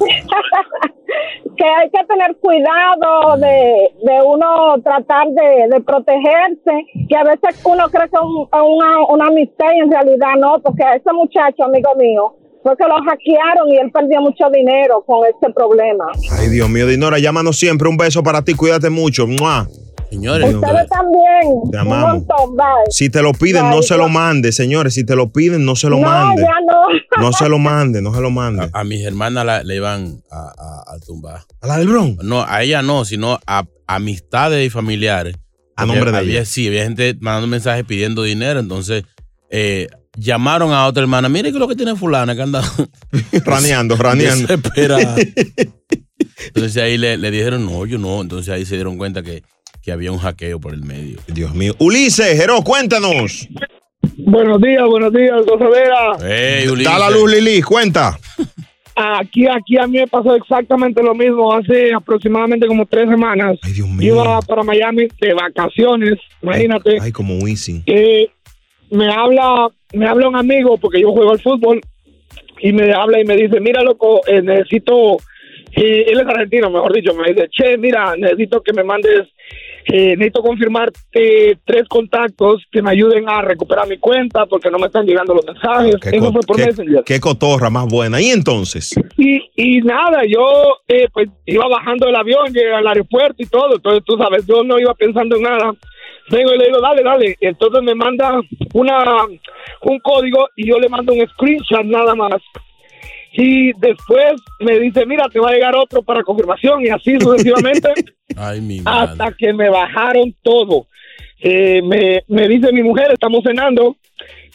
que hay que tener cuidado de, de uno tratar de, de protegerse, que a veces uno cree que es un- una, una amistad y en realidad no, porque a ese muchacho, amigo mío, fue que lo hackearon y él perdió mucho dinero con este problema. Ay, Dios mío, Dinora, llámanos siempre. Un beso para ti, cuídate mucho. ¡Mua! Señores, Ustedes también, un Te amamos. montón, bye. si te lo piden, Bye, no se bye. lo mande, señores. Si te lo piden, no se lo No, mande. ya no. No se lo mande, no se lo mande. A mis hermanas la- le iban a, a- a tumbar. ¿A la del Bron? No, a ella no, sino a amistades y familiares. A nombre de Había- ella. Sí, había gente mandando mensajes pidiendo dinero. Entonces, eh, llamaron a otra hermana. Mire que lo que tiene fulana que anda Raneando, raneando. desesperada. Entonces ahí le, le dijeron, no, yo no. Entonces ahí se dieron cuenta que, que había un hackeo por el medio. Dios mío. Ulises, Jero, cuéntanos. Buenos días, buenos días, gozadera. Da la luz, Lili, cuenta. Aquí, aquí a mí me pasó exactamente lo mismo hace aproximadamente como tres semanas. Iba para Miami de vacaciones, imagínate. Ay, como Wisin. Eh, me habla, me habla un amigo porque yo juego al fútbol y me habla y me dice, mira loco, eh, necesito, eh, él es argentino, mejor dicho, me dice, che, mira, necesito que me mandes, eh, necesito confirmar eh, tres contactos que me ayuden a recuperar mi cuenta porque no me están llegando los mensajes. Qué, Eso co- fue por qué- Messenger. qué cotorra más buena. Y entonces, Y, y nada, yo eh, pues iba bajando del avión, llegué al aeropuerto y todo, entonces tú sabes, yo no iba pensando en nada. Vengo y le digo, dale, dale. Entonces me manda una un código y yo le mando un screenshot nada más. Y después me dice, mira, te va a llegar otro para confirmación y así sucesivamente Ay, mi madre. hasta que me bajaron todo. Eh, me, me dice mi mujer, estamos cenando,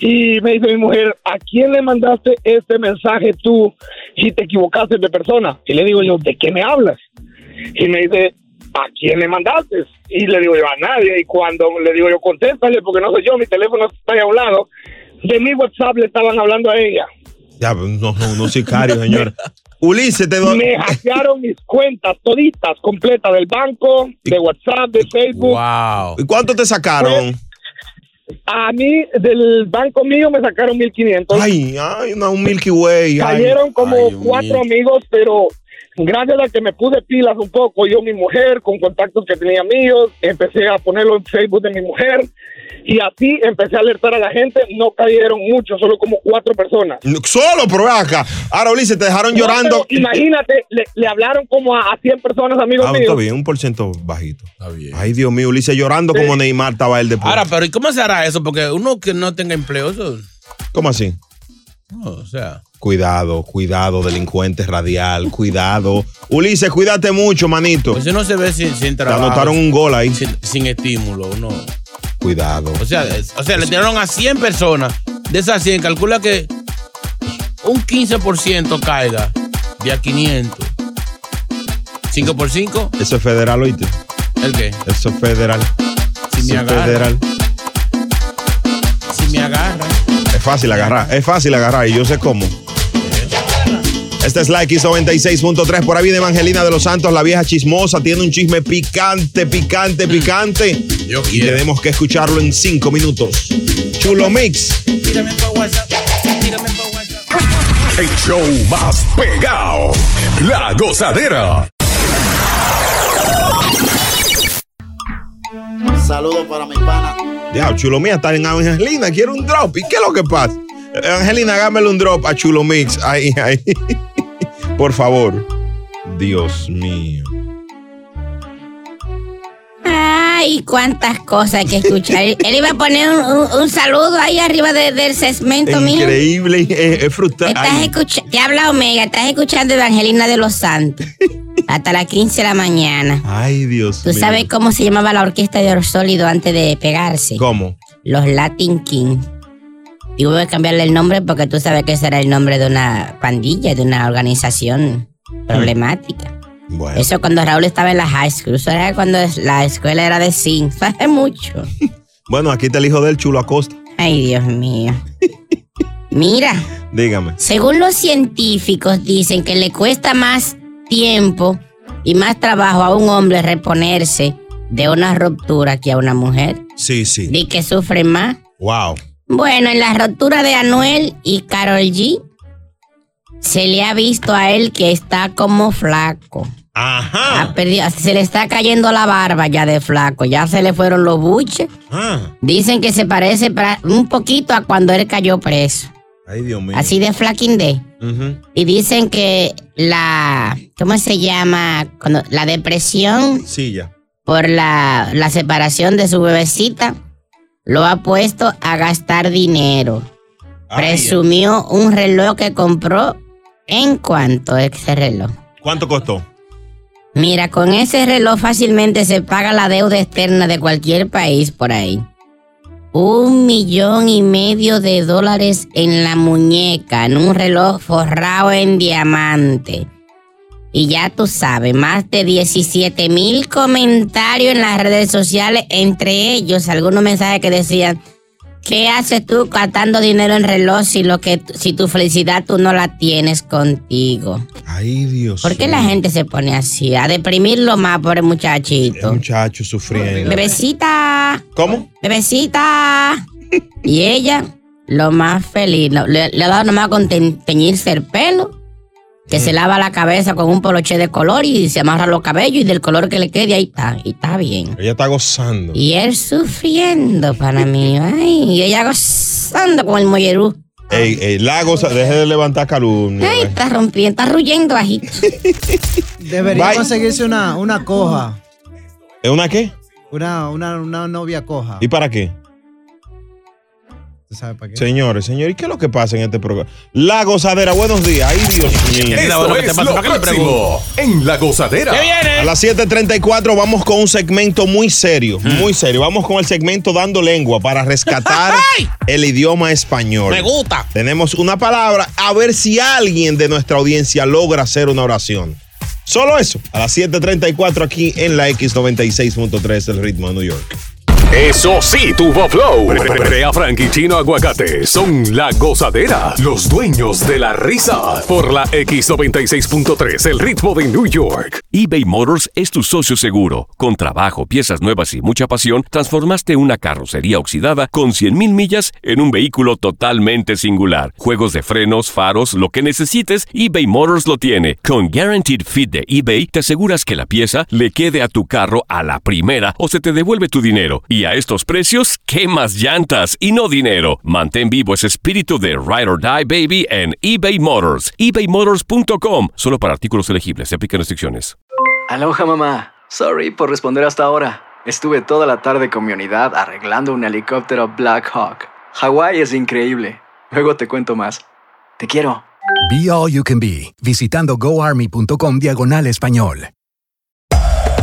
y me dice mi mujer, ¿a quién le mandaste este mensaje tú si te equivocaste de persona? Y le digo yo, ¿de qué me hablas? Y me dice, ¿a quién le mandaste? Y le digo yo, a nadie. Y cuando le digo yo, contéstale, porque no soy yo, mi teléfono está ahí a un lado. De mi WhatsApp le estaban hablando a ella. ya, no, no, no sicario, señor. Ulises, te doy. Me hackearon mis cuentas toditas, completas, del banco, de WhatsApp, de Facebook. Wow. ¿Y cuánto te sacaron? A mí, del banco mío, me sacaron 1500. Ay, ay, no, un Milky Way. ay. Cayeron como Ay, Dios cuatro mío. amigos, pero gracias a que me puse pilas un poco, yo mi mujer, con contactos que tenía míos, empecé a ponerlo en Facebook de mi mujer y así empecé a alertar a la gente, no cayeron muchos, solo como cuatro personas. Solo, pero ve acá. Ahora, Ulises, te dejaron No, llorando. pero imagínate, le, le hablaron como a, a 100 personas, amigos Ah, está míos. bien, un por ciento bajito. Está bien. Ay, Dios mío, Ulises llorando como Neymar estaba él después. Ahora, pero ¿y cómo se hará eso? Porque uno que no tenga empleo, eso, ¿Cómo así? no, o sea. Cuidado, cuidado, delincuente radial, cuidado. Ulises, cuídate mucho, manito. Pues uno se ve sin, sin Te trabajo. anotaron un gol ahí. Sin, sin estímulo, uno. Cuidado. O sea, es- o sea, le tiraron a 100 personas. De esas 100, calcula que un 15% caiga de a 500. 5 por 5, Eso es federal, oíste. ¿el qué? Eso es federal. Si me Eso es agarra. federal. Si me agarra. Es fácil agarrar, es fácil agarrar y yo sé cómo. Esta es la X96.3 por ahí viene Evangelina de los Santos, la vieja chismosa, tiene un chisme picante, picante, picante. y tenemos que escucharlo en cinco minutos. Chulo Mix. El show más pegado. La gozadera. Saludos para mi pana. Ya, Chulo Mix está en Evangelina, quiero un drop. ¿Y qué es lo que pasa? Evangelina, hágamele un drop a Chulo Mix. Ahí, ahí. Por favor. Dios mío. Ay, cuántas cosas hay que escuchar. Él él iba a poner un, un- un saludo ahí arriba de- del segmento mío. Increíble, es, es frustrante. Estás escucha- te habla Omega, estás escuchando Evangelina de los Santos. Hasta las 15 de la mañana. Ay, Dios ¿Tú mío. sabes cómo se llamaba la orquesta de Oro Sólido antes de pegarse? ¿Cómo? Los Latin King. Y voy a cambiarle el nombre porque tú sabes que ese era el nombre de una pandilla, de una organización problemática. Eso cuando Raúl estaba en la high school. Eso era cuando es- la escuela era de zinc. Eso hace mucho. Bueno, aquí está el hijo del Chulo Acosta. Ay, Dios mío. Mira, Dígame. según los científicos dicen que le cuesta más tiempo y más trabajo a un hombre reponerse de una ruptura que a una mujer. Sí, sí. Di que sufre más. Wow. Bueno, en la rotura de Anuel y Carol G, se le ha visto a él que está como flaco. Ajá. Ha perdido- se le está cayendo la barba ya de flaco. Ya se le fueron los buches. Ah. Dicen que se parece pra- un poquito a cuando él cayó preso. Ay, Dios mío. Así de flaquindé. Ujú. Y dicen que la. ¿Cómo se llama? Cuando- la depresión Sí, ya. por la, la separación de su bebecita lo ha puesto a gastar dinero. Presumió un reloj que compró. ¿En cuánto ese reloj? ¿Cuánto costó? Mira, con ese reloj fácilmente se paga la deuda externa de cualquier país por ahí. Un millón y medio de dólares en la muñeca, en un reloj forrado en diamante. Y ya tú sabes, más de 17 mil comentarios en las redes sociales, entre ellos algunos mensajes que decían, ¿qué haces tú gastando dinero en reloj si, lo que, si tu felicidad tú no la tienes contigo? Ay, Dios. ¿Por qué la gente se pone así? A deprimirlo más, pobre muchachito. Muchacho sufriendo. Bebecita. ¿Cómo? Bebecita. Y ella, lo más feliz. lo- Le, le ha dado nomás con te- teñirse el pelo. Que Mm. se lava la cabeza con un poloche de color y se amarra los cabellos y del color que le quede, ahí está. Y está bien. Ella está gozando. Y él sufriendo para mí. Ay, y ella gozando con el mollerú. Ey, ey, la goza, deje de levantar calumnia. Ay, está rompiendo, está ruyendo bajito. Debería Bye. conseguirse una, una coja. ¿Es una qué? Una, una, una novia coja. ¿Y para qué? ¿Tú sabes para qué? Señores, señores, ¿y qué es lo que pasa en este programa? La gozadera, buenos días. Ay, Dios mío. Esto es lo próximo en La Gozadera. A las 7.34 vamos con un segmento muy serio, muy serio. Vamos con el segmento Dando Lengua para rescatar el idioma español. Me gusta. Tenemos una palabra, a ver si alguien de nuestra audiencia logra hacer una oración. Solo eso, a las 7.34 aquí en la X96.3, el ritmo de New York. Eso sí, tuvo flow. Brea Frank y Chino Aguacate son la gozadera, los dueños de la risa. Por la X96.3, el ritmo de New York. eBay Motors es tu socio seguro. Con trabajo, piezas nuevas y mucha pasión, transformaste una carrocería oxidada con 100.000 millas en un vehículo totalmente singular. Juegos de frenos, faros, lo que necesites, eBay Motors lo tiene. Con Guaranteed Fit de eBay, te aseguras que la pieza le quede a tu carro a la primera o se te devuelve tu dinero. Y a estos precios, ¿qué más llantas y no dinero? Mantén vivo ese espíritu de Ride or Die Baby en eBay Motors. ebaymotors.com. Solo para artículos elegibles. Se aplican restricciones. Aloha mamá. Sorry por responder hasta ahora. Estuve toda la tarde con mi unidad arreglando un helicóptero Black Hawk. Hawái es increíble. Luego te cuento más. Te quiero. Be All You Can Be, visitando goarmy.com diagonal español.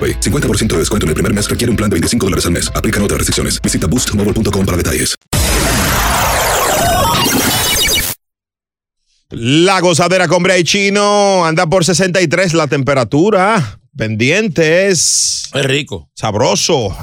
50% de descuento en el primer mes requiere un plan de 25 dólares al mes. Aplican otras restricciones. Visita boostmobile.com para detalles. La gozadera con Brea y Chino anda por 63 la temperatura. Pendientes. Es rico. Sabroso.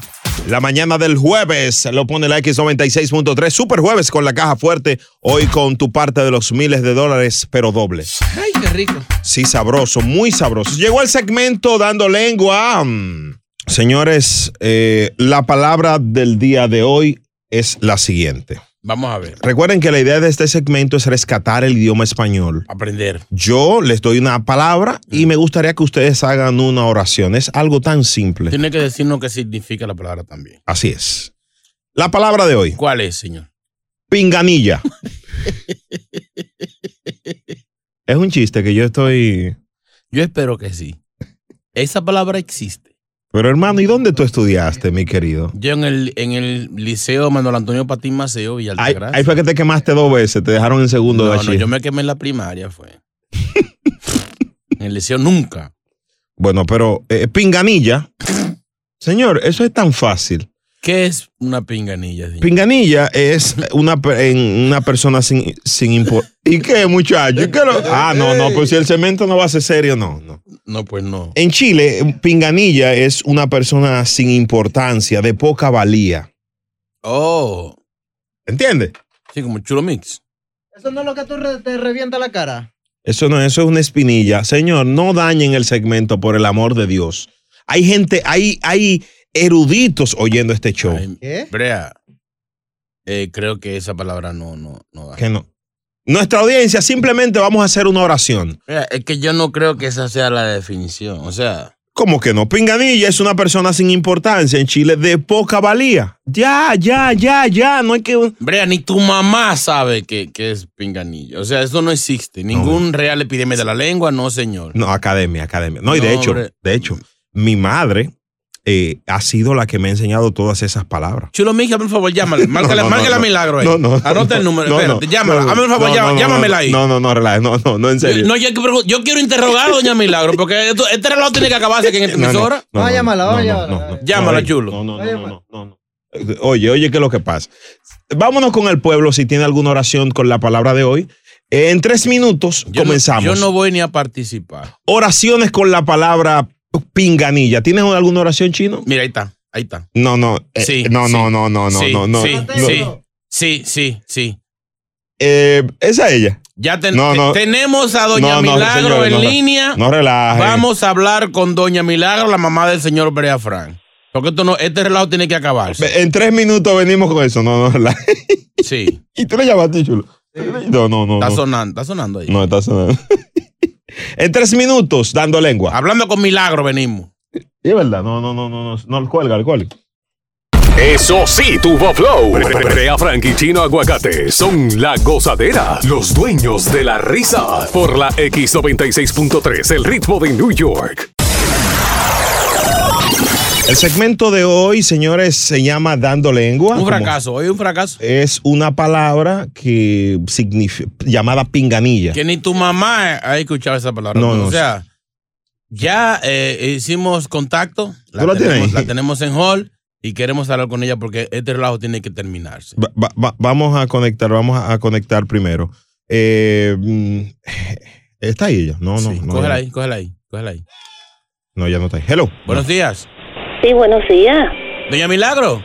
La mañana del jueves lo pone la X96.3. Super jueves con la caja fuerte. Hoy con tu parte de los miles de dólares, pero doble. Ay, qué rico. Sí, sabroso, muy sabroso. Llegó el segmento dando lengua. Mm. Señores, eh, la palabra del día de hoy es la siguiente. Vamos a ver. Recuerden que la idea de este segmento es rescatar el idioma español. Aprender. Yo les doy una palabra y me gustaría que ustedes hagan una oración. Es algo tan simple. Tiene que decirnos qué significa la palabra también. Así es. La palabra de hoy, ¿Cuál es, señor? pinganilla. es un chiste que yo estoy... Yo espero que sí. Esa palabra existe. Pero hermano, ¿y dónde tú estudiaste, mi querido? Yo en el, en el Liceo Manuel Antonio Patín Maceo Ahí, Villaltagracia. ahí fue que te quemaste dos veces, te dejaron en segundo de no, no, bachiller. yo me quemé en la primaria, fue. en el Liceo nunca. Bueno, pero eh, pinganilla. Señor, eso es tan fácil. ¿Qué es una pinganilla, señor? Pinganilla es una, pe- en una persona sin, sin impo- ¿Y qué, muchacho? ¿Y qué lo- Ah, no, no, pues si el cemento no va a ser serio, no, no. No, pues no. En Chile, pinganilla es una persona sin importancia, de poca valía. Oh. ¿Entiendes? Sí, como chulo mix. Eso no es lo que tú re- te revienta la cara. Eso no, eso es una espinilla. Señor, no dañen el segmento por el amor de Dios. Hay gente, hay, hay eruditos oyendo este show. ¿Qué? Brea. eh, creo que esa palabra no, no, no da. Que no. Nuestra audiencia, simplemente vamos a hacer una oración. Brea, es que yo no creo que esa sea la definición. O sea, ¿Cómo que no? Pinganilla es una persona sin importancia en Chile de poca valía. Ya, ya, ya, ya. No hay que. Brea, ni tu mamá sabe que, que es pinganilla. O sea, eso no existe. Ningún real epidemia de la lengua, no, señor. No, academia, academia. No, y No, de hecho, hombre. de hecho, mi madre eh, ha sido la que me ha enseñado todas esas palabras. Chulo Mija, por favor, llámala. Márcala, no, márcala no. milagro ahí. No, no, no, Anota el no, número, no, espérate. no, llámala. no, Hazme el favor, no, llá- no, no, llámamela ahí. No, no, no, relaja, no, no, no, en serio. No, yo, quiero- yo quiero interrogar a Doña Milagro, porque esto- este reloj tiene que acabarse aquí en esta No, no, emisora. no, Vamos a llamarla, vamos a llamarla. Llámala, No, Chulo. No, no, no, no, no, no, no. Oye, oye, ¿qué es lo que pasa? Vámonos con el pueblo si tiene alguna oración con la palabra de hoy. Eh, En tres minutos Yo no- comenzamos. yo no voy ni a participar. Oraciones con la palabra pinganilla. ¿Tienes alguna oración chino? Mira, ahí está, ahí está. No, no. eh, Sí. no, sí, no, no, no, no, sí, no, no. Sí, no. sí, sí, sí, sí. Eh, esa es ella. Ya ten- No, no. te- tenemos a No, Doña no, Milagro señores, en no, no. línea. No relaje. Vamos a hablar con Doña Milagro, la mamá del señor Brea Frank. Porque esto no, este relajo tiene que acabarse. En tres minutos venimos con eso. No, no relaje. Sí. ¿Y tú le llamaste chulo? No, no, no. Está no. sonando, está sonando ahí. No, está sonando. en tres minutos, dando lengua. Hablando con milagro venimos. Es verdad, no, no, no, no, no, no, cuelga, cuelga. Eso sí, tuvo flow. Brea Frank y Chino Aguacate son la gozadera, los dueños de la risa. Por la X96.3, el ritmo de New York. El segmento de hoy, señores, se llama Dando Lengua. Un Como fracaso, hoy un fracaso. Es una palabra que significa, llamada pinganilla. Que ni tu mamá ha escuchado esa palabra. No, no. O sea, ya eh, hicimos contacto. ¿Tú la tenemos, tienes? la tenemos en hall y queremos hablar con ella porque este relajo tiene que terminarse. Va- va- va- vamos a conectar, vamos a conectar primero. Eh, mm, está ahí ella. No, no, no. cógela ya- ahí, cógela ahí, cógela ahí. No, ya no está ahí. Hello. Buenos días. Sí, buenos días. Doña Milagro.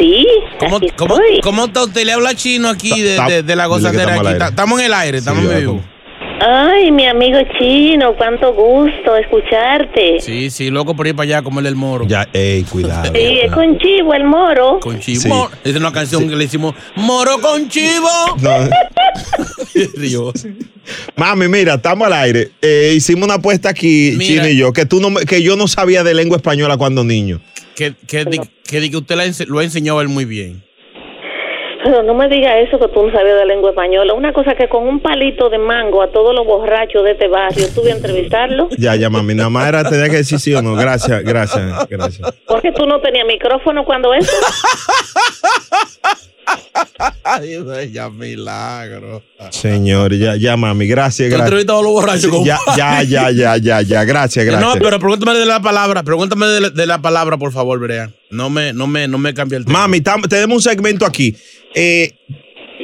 Sí. ¿Cómo, cómo, cómo está usted? Le habla chino aquí de, Ta- de- de la dile que gozadera. estamos al aquí. aire. Ta- Estamos en el aire, estamos en vivo. Ay, mi amigo chino, cuánto gusto escucharte. Sí, Sí, sí, loco por ir para allá, comerle el moro. Ya, ey, cuidado. es con Chivo el moro. Con chivo. Es una canción que le hicimos, moro con chivo. Mami, mira, estamos al aire. Eh, hicimos una apuesta aquí, Mira. Chino y yo, que, tú no, me- que yo no sabía de lengua española cuando niño. Que, que, di- que, di que usted la ense- lo ha enseñado a él muy bien. Pero no me digas eso que tú no sabes de lengua española. Una cosa que con un palito de mango a todos los borrachos de este barrio tuve a entrevistarlo Ya, ya, mami. Nada más era tenía que decir sí o no. Gracias, gracias, gracias. porque tú no tenías micrófono cuando eso. Ay, vaya milagro. Señor, ya, ya, mami. Gracias, Tú gracias. entrevistas a los borrachos, ya, compadre. ya, ya, ya, ya, ya. Gracias, gracias. No, pero pregúntame de la palabra, pregúntame de la, de la palabra, por favor, Brea. No me, no me, no me cambie el tema. Mami, tam- tenemos un segmento aquí. Eh,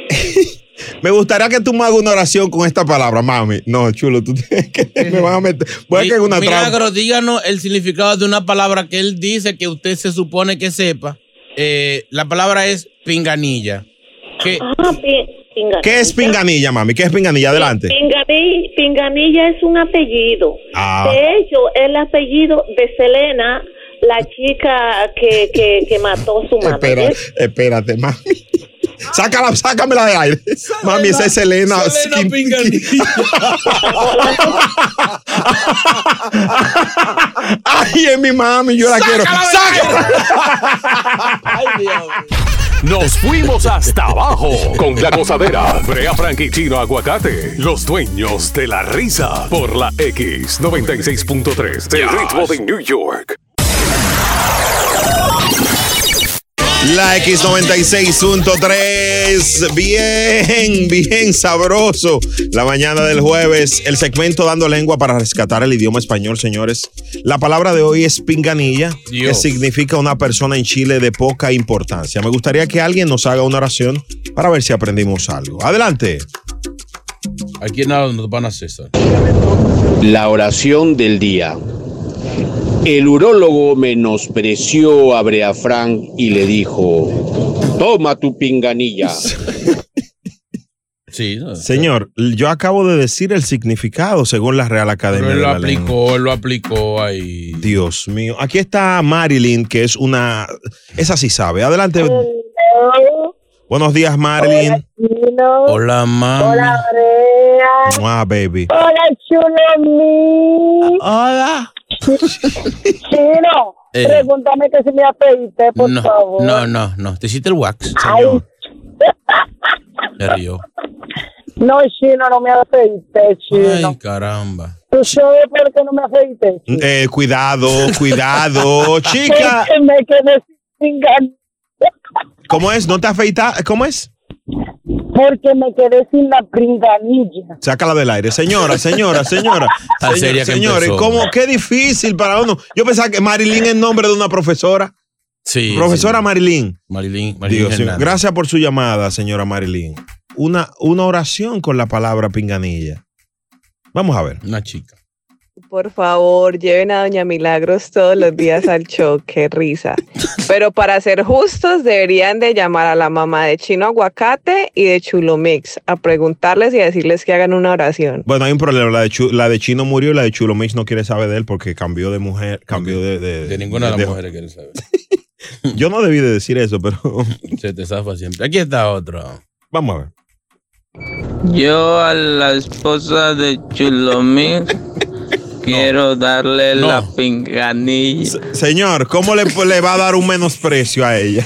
me gustaría que tú me hagas una oración con esta palabra, mami. No, chulo, tú tienes que me vas a meter. Voy a Mi- que es una milagro, trampa. díganos el significado de una palabra que él dice que usted se supone que sepa. Eh, la palabra es pinganilla. ¿Qué, Ah, pi- pinganilla. ¿Qué es pinganilla, mami? ¿Qué es pinganilla? Adelante. Pingani- Pinganilla es un apellido. Ah. De hecho, el apellido de Selena, la chica que, que, que mató a su madre. Espera, espérate, mami. Sácala, sácamela de aire. mami, esa es Selena. Skin- Ay, es mi mami, yo la quiero. Nos fuimos hasta abajo con la gozadera. Brea Frank y Chino Aguacate, los dueños de la risa. Por la X96.3, el ritmo de New York. La X96.3, bien, bien sabroso. La mañana del jueves, el segmento Dando Lengua para rescatar el idioma español, señores. La palabra de hoy es pinganilla, que Dios. significa una persona en Chile de poca importancia. Me gustaría que alguien nos haga una oración para ver si aprendimos algo. Adelante. Aquí nada nos van a César. La oración del día. El urólogo menospreció a Brea Frank y le dijo, toma tu pinganilla. Señor, yo acabo de decir el significado según la Real Academia Pero él de lo la Lengua. aplicó, él lo aplicó ahí. Dios mío. Aquí está Marilyn, que es una. Esa sí sabe. Adelante. Buenos días, Marilyn. Hola, mami. Hola, Mua, baby. Hola, chulo Hola. Chino, Eh. pregúntame que si me apediste, por No, favor. no, no, no. Te hiciste el wax. Ay, Me rió. no, Chino, no me apediste, Chino. Ay, caramba. ¿Tú sabes por qué no me apediste? Eh, cuidado, cuidado. Oh, Chica, Porque me quedé sin ganas. ¿cómo es? ¿No te afeitas? ¿Cómo es? Porque me quedé sin la pringanilla. Sácala del aire. Señora, señora, señora. Tan Señor- seria que señores, empezó. ¿cómo? Qué difícil para uno. Yo pensaba que Marilyn es nombre de una profesora. Sí. Profesora Marilyn. Marilyn, Marilyn Dios, Hernández. señor, gracias por su llamada, señora Marilyn. Una, una oración con la palabra pinganilla. Vamos a ver. Una chica. Por favor, lleven a Doña Milagros todos los días al choque, risa. Pero para ser justos, deberían de llamar a la mamá de Chino Aguacate y de Chulo Mix a preguntarles y a decirles que hagan una oración. Bueno, hay un problema. La de, Chu- la de Chino murió y la de Chulo Mix no quiere saber de él porque cambió de mujer. Cambió de, de, De ninguna de las de- mujeres que él sabe. Yo no debí de decir eso, pero. Se te zafa siempre. Aquí está otro. Vamos a ver. Yo a la esposa de Chulomín quiero darle No. la pinganilla. Señor, ¿cómo le, pues, le va a dar un menosprecio a ella?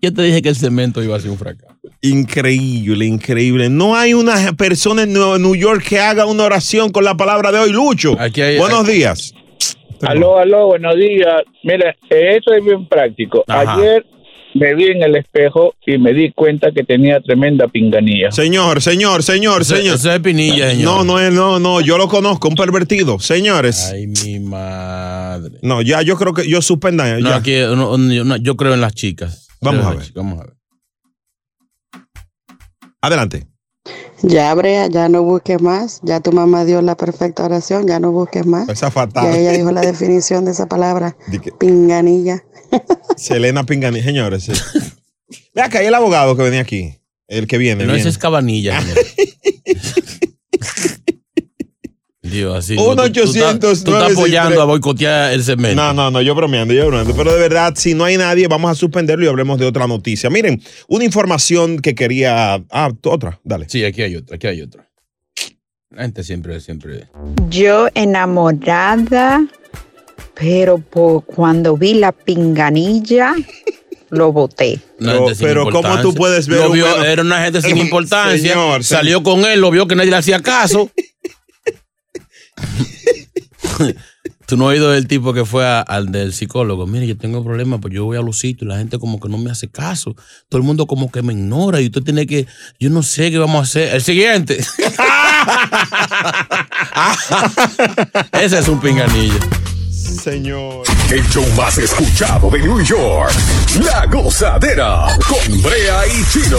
Yo te dije que el cemento iba a ser un fracaso. Increíble, increíble. No hay una persona en Nueva- New York que haga una oración con la palabra de hoy, Lucho. Buenos días. Aló, aló, buenos días. Mira, eh, esto es bien práctico. Ajá. Ayer me vi en el espejo y me di cuenta que tenía tremenda pinganilla. Señor, señor, señor, señor. eso es Pinilla, señor. No, no, es- no, no, yo lo conozco, un pervertido. Señores. Ay, mi madre. No, ya yo creo que yo suspendan. No, Eh, ya. aquí, no, no, no, yo creo en las chicas. Vamos Creo a en las ver. chicas, Vamos a ver. Adelante. Ya, Brea, ya no busques más. Ya tu mamá dio la perfecta oración, ya no busques más. Esa Ya fatal. ella dijo la definición de esa palabra, Di que- pinganilla. Selena Pingani, señores. sí. Ve acá, hay el abogado que venía aquí. El que viene. No, ese viene. es cabanilla. señor. Dios, así. Oh, no, tú- tú estás- Tú, 1-800-963. estás apoyando a boicotear el cemento. No, no, no, yo bromeando, yo bromeando. Pero de verdad, si no hay nadie, vamos a suspenderlo y hablemos de otra noticia. Miren, una información que quería. Ah, tú- otra, dale. Sí, aquí hay otra, aquí hay otra. La gente siempre, siempre. Yo enamorada, pero po- cuando vi la pinganilla, lo boté. Una gente sin pero ¿cómo importancia. tú puedes ver Lo un vio- melo- Era una gente sin Eh, importancia. señor, salió con él, lo vio que nadie le hacía caso. Tú no has oído del tipo que fue a- al del psicólogo. Mire, yo tengo problemas, pues yo voy a Lucito y la gente como que no me hace caso. Todo el mundo como que me ignora y usted tiene que. Yo no sé qué vamos a hacer. El siguiente. Ah, Ese es un pinganillo. Señor. El show más escuchado de New York. La gozadera con Brea y Chino.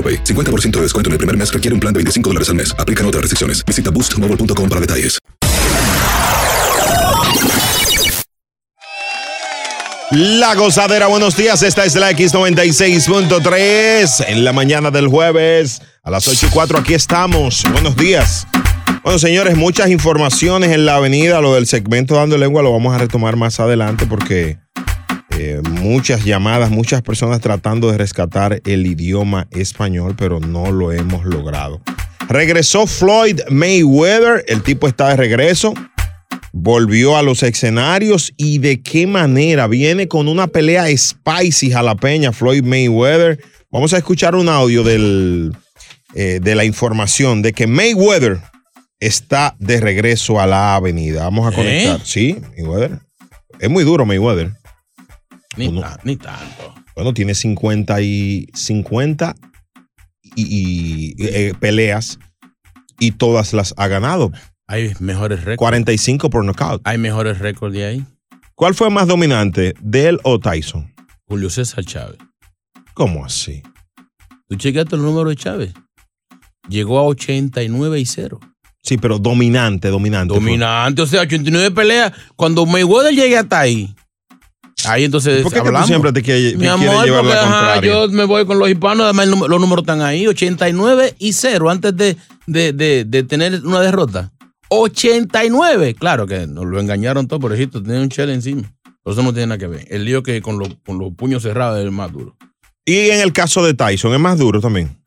50% de descuento en el primer mes requiere un plan de 25 dólares al mes. Aplican otras restricciones. Visita boostmobile.com para detalles. La gozadera, buenos días. Esta es la X96.3 en la mañana del jueves a las 8 y 4. Aquí estamos. Buenos días. Bueno, señores, muchas informaciones en la avenida. Lo del segmento Dando Lengua lo vamos a retomar más adelante porque eh, muchas llamadas, muchas personas tratando de rescatar el idioma español, pero no lo hemos logrado. Regresó Floyd Mayweather. El tipo está de regreso volvió a los escenarios y de qué manera viene con una pelea spicy jalapeña Floyd Mayweather. Vamos a escuchar un audio del, eh, de la información de que Mayweather está de regreso a la avenida. ¿Eh? Vamos a conectar. Sí, Mayweather. Es muy duro Mayweather. Ni, Uno- ta- ni tanto. Bueno, tiene 50 y 50 y, y, eh, peleas y todas las ha ganado. Hay mejores récords. 45 por knockout. Hay mejores récords de ahí. ¿Cuál fue más dominante, Dell o Tyson? Julio César Chávez. ¿Cómo así? ¿Tú chequeaste el número de Chávez? llegó a 89 y 0. Sí, pero dominante, dominante. Dominante, o sea, 89 peleas. Cuando Mayweather llegue hasta ahí, ahí entonces ¿Por qué que tú hablamos. siempre te quiere- te Mi quiere amor, llevar la porque, ajá, contraria? yo me voy con los hispanos, además el número- los números están ahí, 89 y 0 antes de, de, de- de tener una derrota. 89, claro que nos lo engañaron todo, por ejemplo, tenía un chel encima. Por eso no tiene nada que ver. El lío que con, los- con los puños cerrados es el más duro. Y en el caso de Tyson, es más duro también.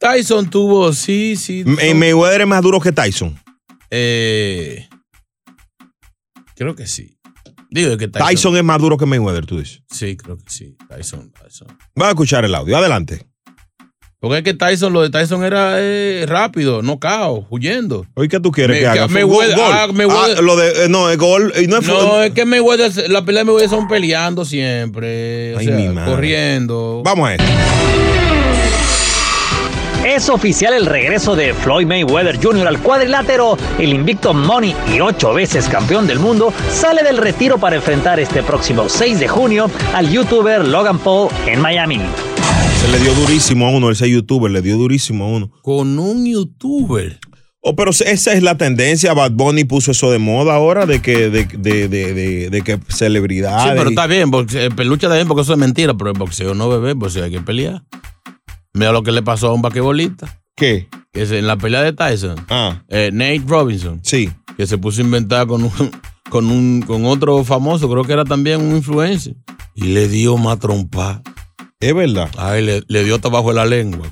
Tyson tuvo, sí, sí. M- eh, Mayweather es más duro que Tyson. Eh, creo que sí. Digo que Tyson. Tyson. es más duro que Mayweather, tú dices. Sí, creo que sí. Tyson, Tyson. Va a escuchar el audio. Adelante. Porque es que Tyson, lo de Tyson era eh, rápido, no cao, huyendo. Oye, ¿qué tú quieres Me- que haga? que Gol, Mayweather- gol. ah, Mayweather- Ah, lo de, eh, no, es gol. Y no es No, es que Mayweather, la pelea de Mayweather son peleando siempre. o Ay, sea, mi madre. corriendo. Vamos a eso. Es oficial el regreso de Floyd Mayweather Jr. al cuadrilátero. El invicto Money y ocho veces campeón del mundo sale del retiro para enfrentar este próximo 6 de junio al youtuber Logan Paul en Miami. Se le dio durísimo a uno, ese youtuber le dio durísimo a uno. Con un youtuber. Oh, pero esa es la tendencia. Bad Bunny puso eso de moda ahora de que, de, de, de, de- de que celebridades. Sí, pero y- está bien, porque el peluche está bien porque eso es mentira, pero el boxeo no bebé, pues hay que pelear. Mira lo que le pasó a un vaquebolista. ¿Qué? Ah. Que se- en la pelea de Tyson, eh, Nate Robinson, sí. que se puso a inventar con un, con un con otro famoso, creo que era también un influencer, y le dio más trompa. Es verdad. Ay, le, le dio hasta abajo de la lengua.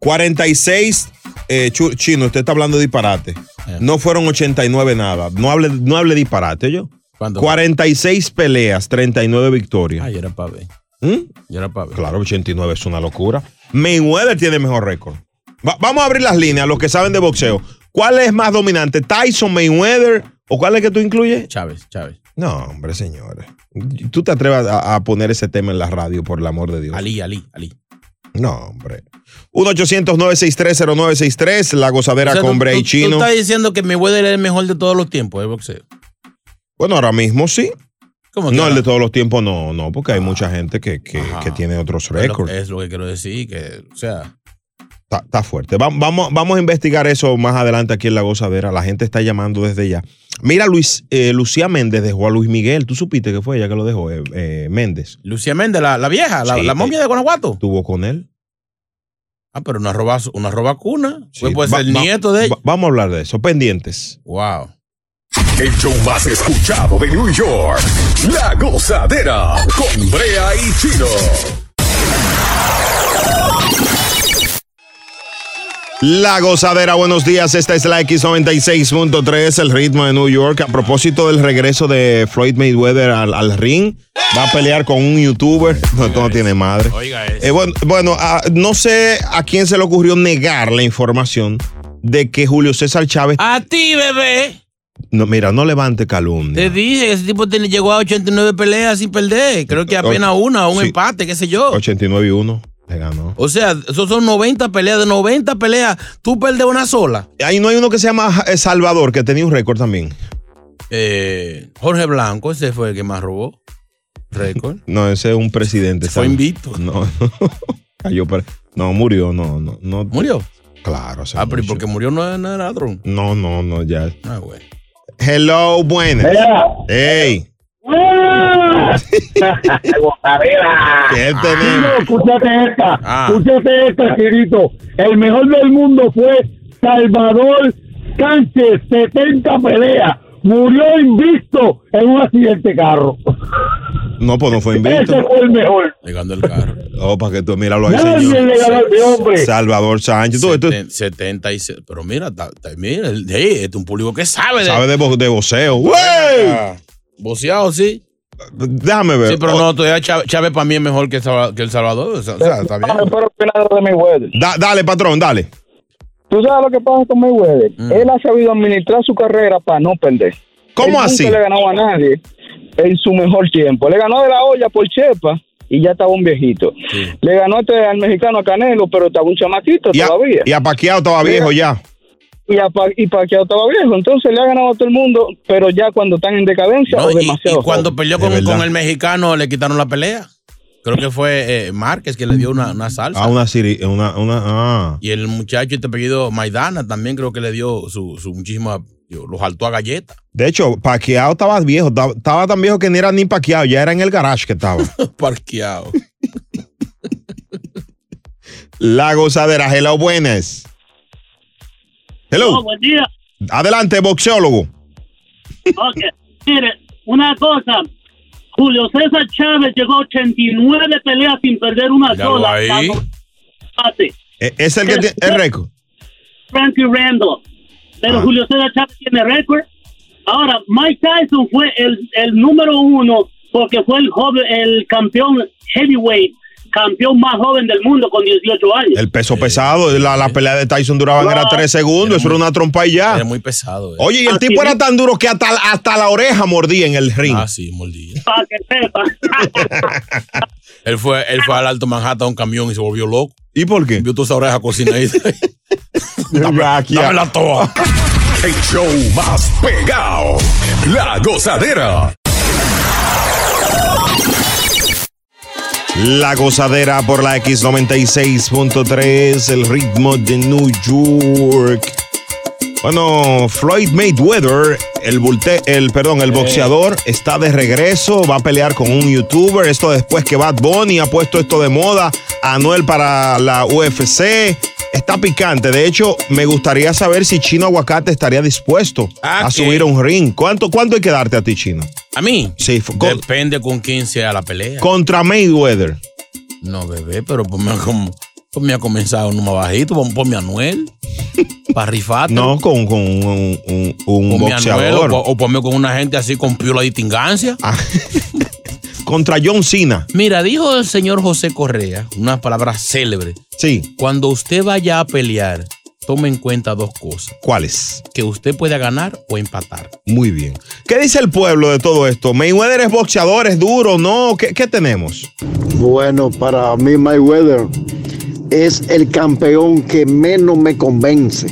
46, eh, chu- chino, usted está hablando de disparate. No fueron 89 nada. No hable, no hable disparate, yo. 46 peleas, 39 victorias. ¿Mm? Ay, era para ver. Ya era para ver. Claro, 89 es una locura. Mayweather tiene mejor récord. Va- vamos a abrir las líneas, los que saben de boxeo. ¿Cuál es más dominante, Tyson, Mayweather o cuál es que tú incluyes? Chávez, Chávez. No, hombre, señores. ¿Tú te atreves a, a poner ese tema en la radio, por el amor de Dios? Ali, Ali, Ali. No, hombre. 1-800-963-0963, La Gozadera O sea, tú- con Bray tú- Chino. Tú estás diciendo que Mayweather es el mejor de todos los tiempos de boxeo. Bueno, ahora mismo sí. ¿Cómo que Ah. no, ahora? el de todos los tiempos no, no, porque hay mucha gente que, que- que tiene otros Es lo, récords. es lo que quiero decir, que, o sea. Está, está fuerte. Va- vamos, vamos a investigar eso más adelante aquí en La Gozadera. La gente está llamando desde ya. Mira, Luis, eh, Lucía Méndez dejó a Luis Miguel. ¿Tú supiste que fue ella que lo dejó? eh, eh, Méndez. Lucía Méndez, la, la vieja, la, Sí, eh, la momia de Guanajuato. Estuvo con él. Ah, pero una roba, una robacuna. Sí, pues va- el va- nieto de ella. va- vamos a hablar de eso. Pendientes. Wow. El show más escuchado de New York. La gozadera con Brea y Chino. La gozadera, buenos días. Esta es la X96.3, el ritmo de New York. A propósito del regreso de Floyd Mayweather al, al ring, va a pelear con un youtuber. No, esto no tiene madre. Oiga Eh, bueno, bueno, ah, no sé a quién se le ocurrió negar la información de que Julio César Chávez. A ti, bebé. No, mira, no levante calumnia. Te dije que ese tipo tiene- llegó a 89 peleas sin perder. Creo que apenas Oye, una, un sí. empate, qué sé yo. 89 y 1. Le ganó. O sea, esos son 90 peleas. De 90 peleas, tú perdes una sola. Ahí no hay uno que se llama eh, Salvador, que tenía un récord también. Eh, Jorge Blanco, ese fue el que más robó. Récord. No, ese es un presidente. Fue ¿sabes? invicto. No, cayó. pre- No, murió, no, no. no. ¿Murió? Claro, se Ah, pero ¿y porque murió no era, no era ladrón. No, no, no, ya. Ah, güey. Hello, buenas. Hey. ¿Qué Chino, tenemos? escúchate esta, Ah. escúchate esta, Chirito. El mejor del mundo fue Salvador Sánchez, 70 peleas. Murió invicto en un accidente de carro. No, pues no fue Ese invicto. fue el mejor. Llegando el carro. Oh, para que tú míralo ahí, Nadie señor. le ganó a ese hombre. Salvador Sánchez. Tú, tú- Seten- 76. Pero mira, ta- ta- mira, el- hey, este es un público que sabe de. sabes de, bo- de voceo. Venga. Boceado, sí. Déjame ver. Oh. Sí, pero no, todavía Chá- Chávez para mí es mejor que, Salva- que El Salvador. O sea, o sea, está bien. de Mayweather. Da- dale, patrón, dale. Tú sabes lo que pasa con Mayweather. Él ha sabido administrar su carrera para no perder. Mm. ¿Cómo Él así? Nunca le ganaba a nadie en su mejor tiempo. Le ganó de la olla por Chepa y ya estaba un viejito. Le ganó este al mexicano a Canelo, pero estaba un chamaquito Y a, todavía. y a Paquiao estaba Mira. viejo ya. Y, a Pa- y Pacquiao estaba viejo. Entonces le ha ganado a todo el mundo, pero ya cuando están en decadencia No, o y, demasiado. y cuando jóvenes. peleó Es con, verdad. con el mexicano, le quitaron la pelea. Creo que fue eh, Márquez que le dio una, una salsa. Ah, una Siri, una, una, ah. Y el muchacho, este apellido Maidana, también creo que le dio su, su muchísima. yo- Lo saltó a galleta. De hecho, Paqueado estaba viejo, ta- estaba tan viejo que ni era ni Paqueado, ya era en el garage que estaba. Parqueado. La gozadera, hello, buenas. Hello. buen día. Adelante, boxeólogo. Ok. Mire, una cosa. Julio César Chávez llegó a 89 peleas sin perder una Míralo sola. ahí. La combate. E- Es el que tiene el récord. Frankie Randall. Pero Ah. Julio César Chávez tiene récord. Ahora, Mike Tyson fue el, el número uno porque fue el joven, el campeón heavyweight, campeón más joven del mundo con 18 años. El peso pesado, la, la pelea de Tyson duraban No, era tres segundos, eso era una trompa y ya. Era muy pesado. eh. Oye, y el Así tipo era mismo. tan duro que hasta, hasta la oreja mordía en el ring. Ah, sí, mordía. Para que sepa. Él fue, él fue al Alto Manhattan a un camión y se volvió loco. ¿Y por qué? Vio toda esa oreja cocinadita. dame, dame la toa. El show más pegado. La gozadera. La gozadera por la X96.3, el ritmo de New York. Bueno, Floyd Mayweather, el, volte- el, perdón, el boxeador, está de regreso, va a pelear con un youtuber. Esto después que Bad Bunny ha puesto esto de moda, Anuel para la UFC. Está picante. De hecho, me gustaría saber si Chino Aguacate estaría dispuesto a que- subir a un ring. ¿Cuánto, cuánto hay que darte a ti, Chino? A mí. Sí, fu- con- Depende con quién sea la pelea. contra Mayweather. No, bebé, pero ponme a, com- ponme a comenzar uno más bajito, pon- ponme a Anuel. Para rifar. No, con, con un, un- un Ponme a Anuel o, boxeador. Ah, po- o ponme con una gente así con piola distingancia. Contra John Cena. Mira, dijo el señor José Correa unas palabras célebres. Sí. Cuando usted vaya a pelear, tome en cuenta dos cosas. ¿Cuáles? Que usted pueda ganar o empatar. Muy bien. ¿Qué dice el pueblo de todo esto? ¿Mayweather es boxeador, es duro, no? ¿Qué, qué tenemos? Bueno, para mí Mayweather es el campeón que menos me convence.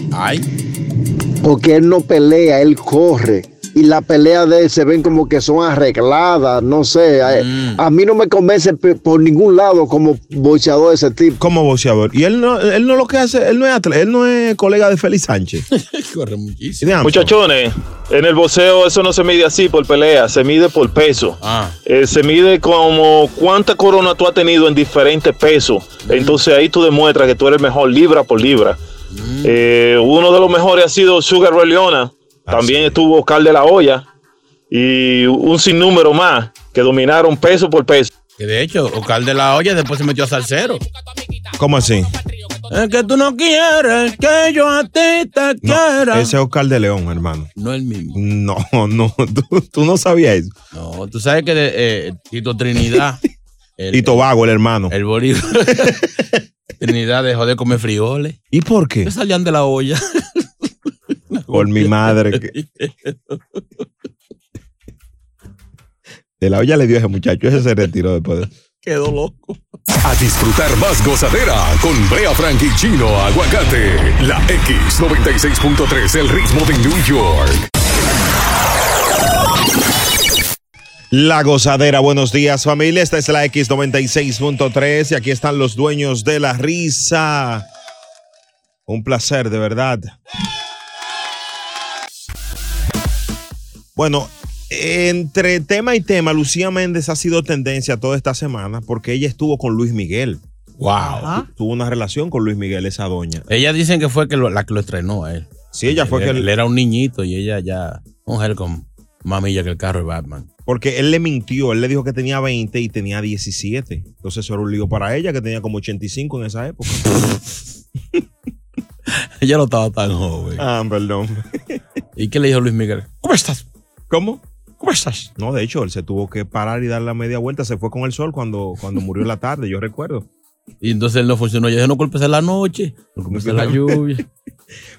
Porque él no pelea, él corre. Y la pelea de él se ven como que son arregladas, no sé. A, Mm. a mí no me convence pe- por ningún lado como boxeador ese tipo. Como boxeador. Y él no, él no lo que hace, él no es atle- él no es colega de Félix Sánchez. Corre muchísimo. Muchachones, en el boxeo eso no se mide así por pelea, se mide por peso. Ah. Eh, se mide como cuánta corona tú has tenido en diferentes pesos. Mm. Entonces ahí tú demuestras que tú eres mejor libra por libra. Mm. Eh, uno de los mejores ha sido Sugar Ray Leona. Ah, También estuvo Oscar de la Hoya. Y un sinnúmero más que dominaron peso por peso. Que de hecho, Ocal de la Olla después se metió a salsero. ¿Cómo así? Es que tú no quieres que yo a ti te quiera. Ese es Oscar de León, hermano. No el mismo. No, no, tú, tú no sabías eso. No, tú sabes que de, eh, Tito Trinidad. y Tobago, el hermano. El Bolívar. Trinidad dejó de comer frijoles. ¿Y por qué? Que salían de la olla. Por mi madre. que- De la olla le dio a ese muchacho, ese se retiró después. de- Quedó loco. A disfrutar más gozadera con Brea Frank y Chino Aguacate. La X96.3, el ritmo de New York. La gozadera, buenos días familia, esta es la X96.3 y aquí están los dueños de la risa. Un placer, de verdad. Bueno, entre tema y tema, Lucía Méndez ha sido tendencia toda esta semana porque ella estuvo con Luis Miguel. Wow. Tuvo una relación con Luis Miguel, esa doña. Ella dicen que fue que lo- la que lo estrenó a él. Sí, ella fue él, que- Él era un niñito y ella ya. Mujer con mamilla que el carro de Batman. Porque él le mintió, él le dijo que tenía 20 y tenía 17. Entonces eso era un lío para ella, que tenía como 85 en esa época. Ella no estaba tan joven. Ah, perdón. ¿Y qué le dijo Luis Miguel? ¿Cómo estás? ¿Cómo? ¿Cómo estás? No, de hecho, él se tuvo que parar y dar la media vuelta. Se fue con el sol cuando, cuando murió en la tarde, yo recuerdo. Y entonces él no funcionó. Ella dijo, no culpes a la noche, no culpes a la lluvia.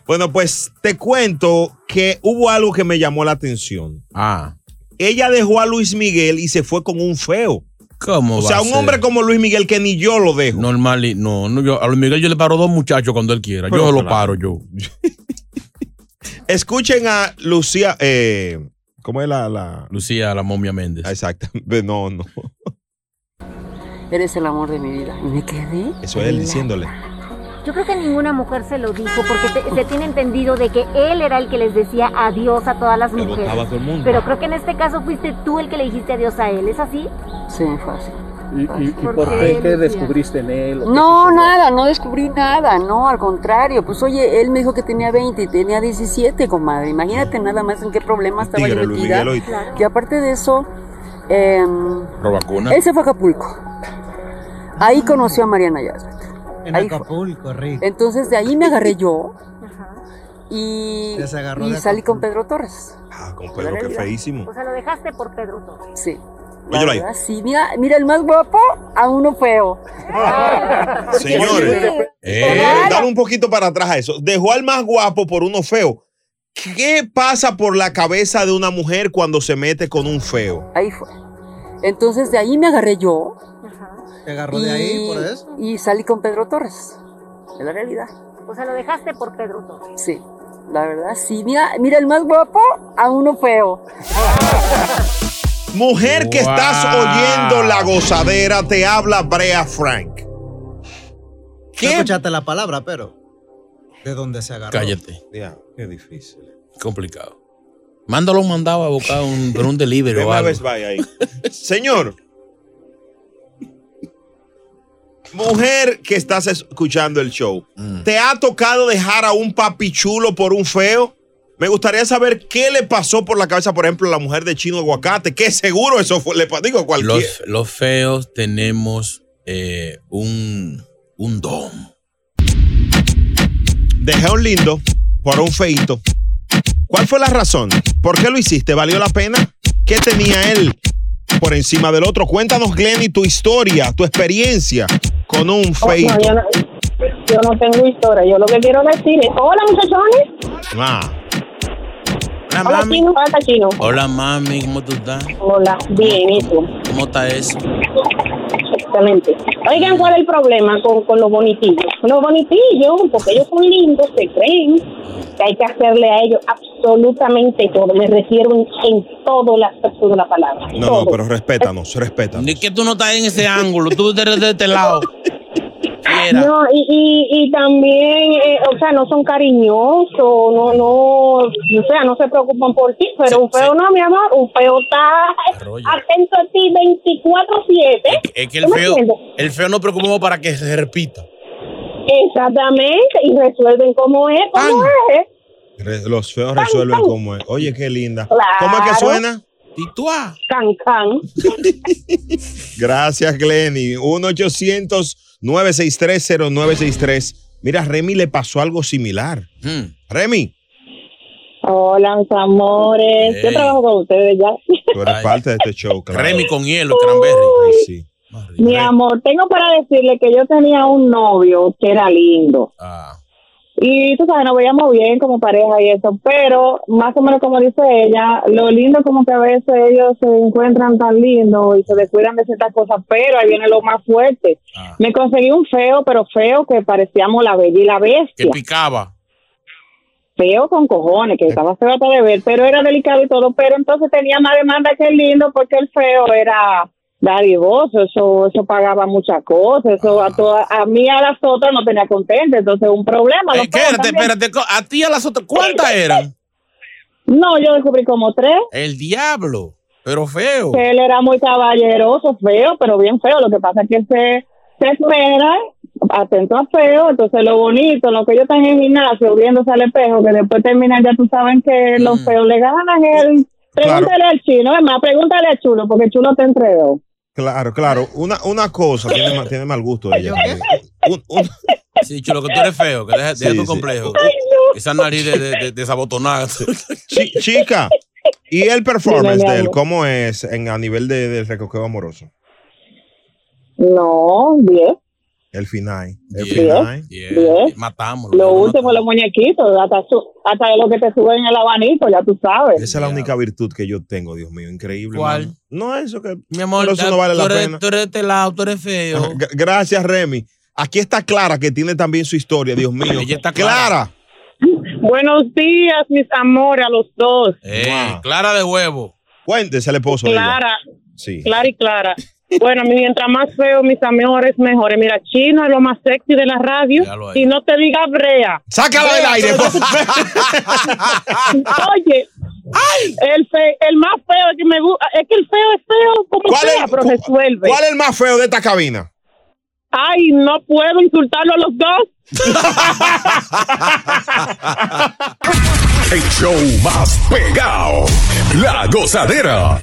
Bueno, pues te cuento que hubo algo que me llamó la atención. Ah. Ella dejó a Luis Miguel y se fue con un feo. ¿Cómo O va sea, a un ser? hombre como Luis Miguel que ni yo lo dejo. Normal, y- no, no, yo, a Luis Miguel yo le paro dos muchachos cuando él quiera. Pero yo se lo claro. paro yo. Escuchen a Lucía. eh, ¿Cómo es la, Ah, la.? Lucía, la momia Méndez. Exacto. No, no. Eres el amor de mi vida. Y me quedé. Eso es él diciéndole. Yo creo que ninguna mujer se lo dijo porque te- se tiene entendido de que él era el que les decía adiós a todas las Le mujeres. botaba a todo el mundo. Pero creo que en este caso fuiste tú el que le dijiste adiós a él, ¿es así? Sí, fácil. ¿Y, y- y ¿Por por, qué, qué? ¿Qué Lucía? descubriste en él? ¿O No, nada, no descubrí nada, no, al contrario, pues oye, él me dijo que tenía 20 y tenía 17, comadre, imagínate nada más en qué problema estaba Tigre, yo Luis metida. Miguel, hoy. Y aparte de eso, em, Robacuna. él se fue a Acapulco. Ahí conoció a Mariana Yazbet. En Ahí fue. Acapulco, rico. Entonces de ahí me agarré yo y, Ya se agarró y de salí con Pedro Torres. Ah, con Pedro, qué feísimo. O sea, lo dejaste por Pedro Torres. Sí. Óyelo ahí. Ah, sí, mira, mira, el más guapo a uno feo. Señores, eh, dame un poquito para atrás a eso. Dejó al más guapo por uno feo. ¿Qué pasa por la cabeza de una mujer cuando se mete con un feo? Ahí fue. Entonces de ahí me agarré yo Te agarró de ahí por eso. y salí con Pedro Torres. Es la realidad. O sea, lo dejaste por Pedro Torres. Sí, la verdad, sí. Mira, mira el más guapo a uno feo. Mujer que estás oyendo la gozadera, te habla Brea Frank. No escuchaste la palabra, pero. ¿De dónde se agarró? Cállate. Ya, qué difícil. Complicado. Mándalo un mandado a buscar un, pero un delivery o Deme a algo. Best Buy ahí. Señor. Mujer que estás escuchando el show, ¿te ha tocado dejar a un papi chulo por un feo? Me gustaría saber qué le pasó por la cabeza, por ejemplo, a la mujer de Chino Aguacate, que seguro eso fue, le pa- digo cualquier. Los, los feos tenemos eh, un, un don. Dejé a un lindo por un feito. ¿Cuál fue la razón? ¿Por qué lo hiciste? ¿Valió la pena? ¿Qué tenía él por encima del otro? Cuéntanos, Glenny, tu historia, tu experiencia con un feito. yo, Oh, no, yo no tengo historia. Yo lo que quiero decir es: Hola, muchachones. Ah. Hola, chino. Hola, chino. Hola, mami, ¿cómo tú estás? Hola, bien, ¿y tú? ¿Cómo está eso? Excelente. Oigan, ¿cuál es el problema con, con los bonitillos? Los bonitillos, porque ellos son lindos, se creen que hay que hacerle a ellos absolutamente todo. Me refiero en, en todo el aspecto de la palabra. No, no, pero respétanos, respétanos. Es que tú no estás en ese ángulo, tú eres de este lado. No, y, y, y también, eh, o sea, no son cariñosos, no, no, o sea, no se preocupan por ti, pero un feo no, mi amor, un feo está atento a ti 24-7. Es que el ¿Tú me feo, entiendes? el feo no preocupa para que se repita. Exactamente, y resuelven cómo es, cómo es. Re- Los feos resuelven cómo es. Oye, qué linda. Claro. ¿Cómo es que suena? Can, can. Gracias, Glenny. 1-800-963-0963. Mira, a Remy le pasó algo similar. Remy, Hola, mis amores. Yo Hey. trabajo con ustedes ya. tú eres parte de este show, claro. Remy con hielo, cranberry. Mi amor, tengo para decirle que yo tenía un novio que era lindo. Ah. Y tú sabes, nos veíamos bien como pareja y eso, pero más o menos como dice ella, lo lindo como que a veces ellos se encuentran tan lindos y se descuidan de ciertas cosas, pero ahí viene lo más fuerte. Ah. Me conseguí un feo, pero feo que parecíamos la bella y la Que bestia. picaba. feo con cojones, que estaba feo hasta de ver, pero era delicado y todo, pero entonces tenía más demanda que el lindo porque el feo era dadivoso, eso, eso pagaba muchas cosas, eso a, toda, a mí a las otras no tenía contenta, entonces un problema. los feos Eh, Espérate, también. espérate. co- A ti a las otras, ¿cuántas eran? No, yo descubrí como tres, El diablo. Pero feo. que él era muy caballeroso, feo, pero bien feo, lo que pasa es que él se, se espera, atento a feo, entonces lo bonito, lo que ellos están en el gimnasio viéndose al espejo, que después terminan, ya tú saben que los feos le ganan el... Pregúntale al chino, es más, pregúntale al chulo, porque el chulo te entregó. Claro, claro. Una, una cosa, tiene, ma- tiene mal gusto ella. también. Sí, chulo, que tú eres feo, que deja, deja tu complejo. Esa nariz de, de, de- desabotonada. Chi- chica, Ah, ¿y el Dime, performance mi de él amor. cómo es en, a nivel de- del recoqueo amoroso? No, bien, El final. El final. bien, bien. Matamos. Lo último, los muñequitos, hasta, su- hasta lo que te suben el abanico, ya tú sabes. Esa es la única virtud que yo tengo, Dios mío. Increíble. ¿Cuál? mano. No, eso que. Mi amor, Pero eso ya, no vale tú la eres- pena. Tú eres de este lado, tú eres feo. G- Gracias, Remy. Aquí está Clara, que tiene también su historia, Dios mío. Clara. Buenos días, mis amores, a los dos. Eh, Clara de huevo. Cuéntese al esposo. de ella. Clara, Sí. Clara y Clara. Bueno, mientras más feo, mis amores, mejores. Mira, Chino es lo más sexy de la radio. Míralo ahí. Y no te diga brea. ¡Sácalo del aire, por Oye, El, fe- el más feo que me gusta, es que el feo es feo como ¿Cuál sea, es- pero resuelve. ¿Cuál es el más feo de esta cabina? Ay, no puedo insultarlo a los dos. El show más pegado. La gozadera.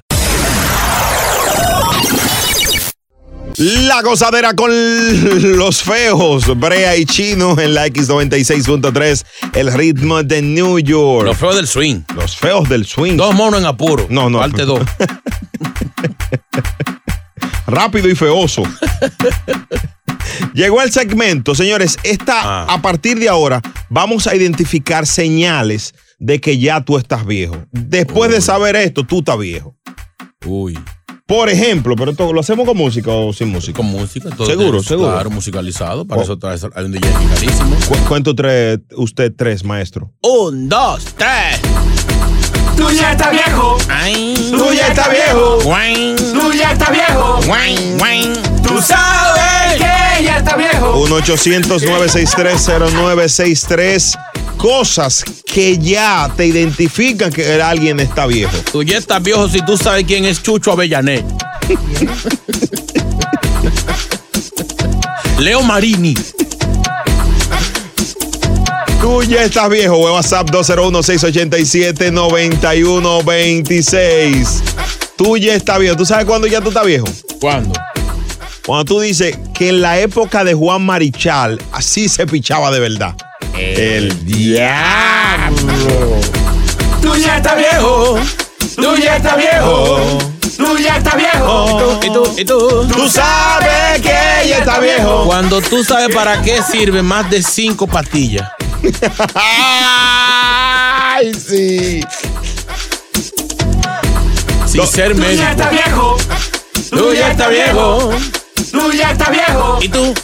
La gozadera con los feos, Brea y Chino en la X96.3, el ritmo de New York. Los feos del swing. Los feos del swing. Dos monos en apuro. No, no. Parte dos. Rápido y feoso. Llegó el segmento, señores. Esta, Ah. a partir de ahora, vamos a identificar señales de que ya tú estás viejo. Después de saber esto, tú estás viejo. Uy. Por ejemplo, pero esto lo hacemos con música o sin música. Con música, todo Seguro, eso, seguro. Oh. Claro, musicalizado. Para eso traes, hay un DJ carísimo. Cu- cuento tres, usted tres, maestro. Un, dos, tres. Tú ya estás viejo. Tú ya estás viejo. Tú ya estás viejo. Tú sabes que ya estás viejo. 1 800 963 Cosas que ya te identifican que alguien está viejo. Tú ya estás viejo si tú sabes quién es Chucho Avellanet. Leo Marini. Tú ya estás viejo. WhatsApp 201-687-9126. Tú ya estás viejo. ¿Tú sabes cuándo ya tú estás viejo? ¿Cuándo? Cuando tú dices que en la época de Juan Marichal así se pichaba de verdad. El diablo. Tú ya estás viejo. Tú ya estás viejo. Tú ya estás viejo. ¿Y tú? ¿Y tú? Tú sabes que ya estás viejo. Cuando tú sabes para qué sirve más de cinco pastillas. ¡Ay, sí! Sin ser Tú médico. ya estás viejo. Tú ya estás viejo. Tú ya estás viejo. ¿Y tú?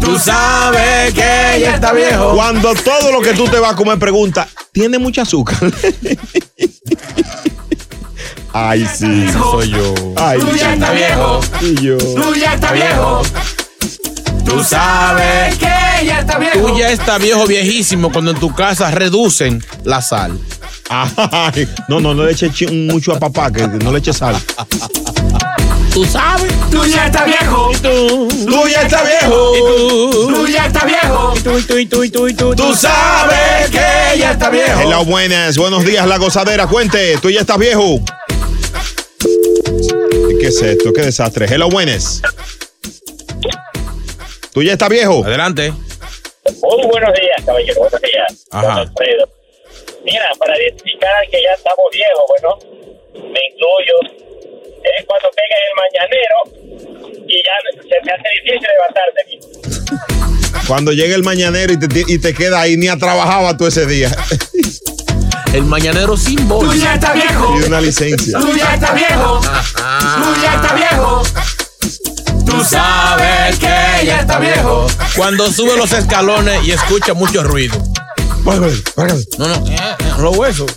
Tú sabes que ya estás viejo. Cuando todo lo que tú te vas a comer pregunta, ¿tiene mucha azúcar? Ay, sí. Soy yo. Ay, Tú ya sí. estás viejo. Y yo. Tú ya estás viejo. Tú sabes que ya estás viejo. Tú ya estás viejo, viejísimo, cuando en tu casa reducen la sal. Ay, no, no, no le eches chi- mucho a papá, que no le eches sal. Tú sabes. Tú ya estás viejo. tú? ya estás viejo. tú? ya estás viejo. tú, y tú, y tú, y tú, y tú? Tú sabes que ya estás viejo. Hello, buenas. Buenos días, la gozadera. Cuente, tú ya estás viejo. ¿Qué es esto? ¿Qué desastre? Hello, buenas. ¿Tú ya estás viejo? Adelante. Muy buenos días, caballero. Buenos días. Ajá. don Alfredo. Mira, para identificar que ya estamos viejos, bueno, me incluyo. Es cuando pega el mañanero y ya se me hace difícil levantarse. Cuando llega el mañanero y te, ti- y te queda ahí, ni a trabajaba tú ese día. El mañanero sin voz. Tú ya estás viejo. Y una licencia. Tú ya estás viejo. Tú ya estás viejo. Tú sabes que ya estás viejo. Cuando sube los escalones y escucha mucho ruido. No, no, eh, eh, los huesos.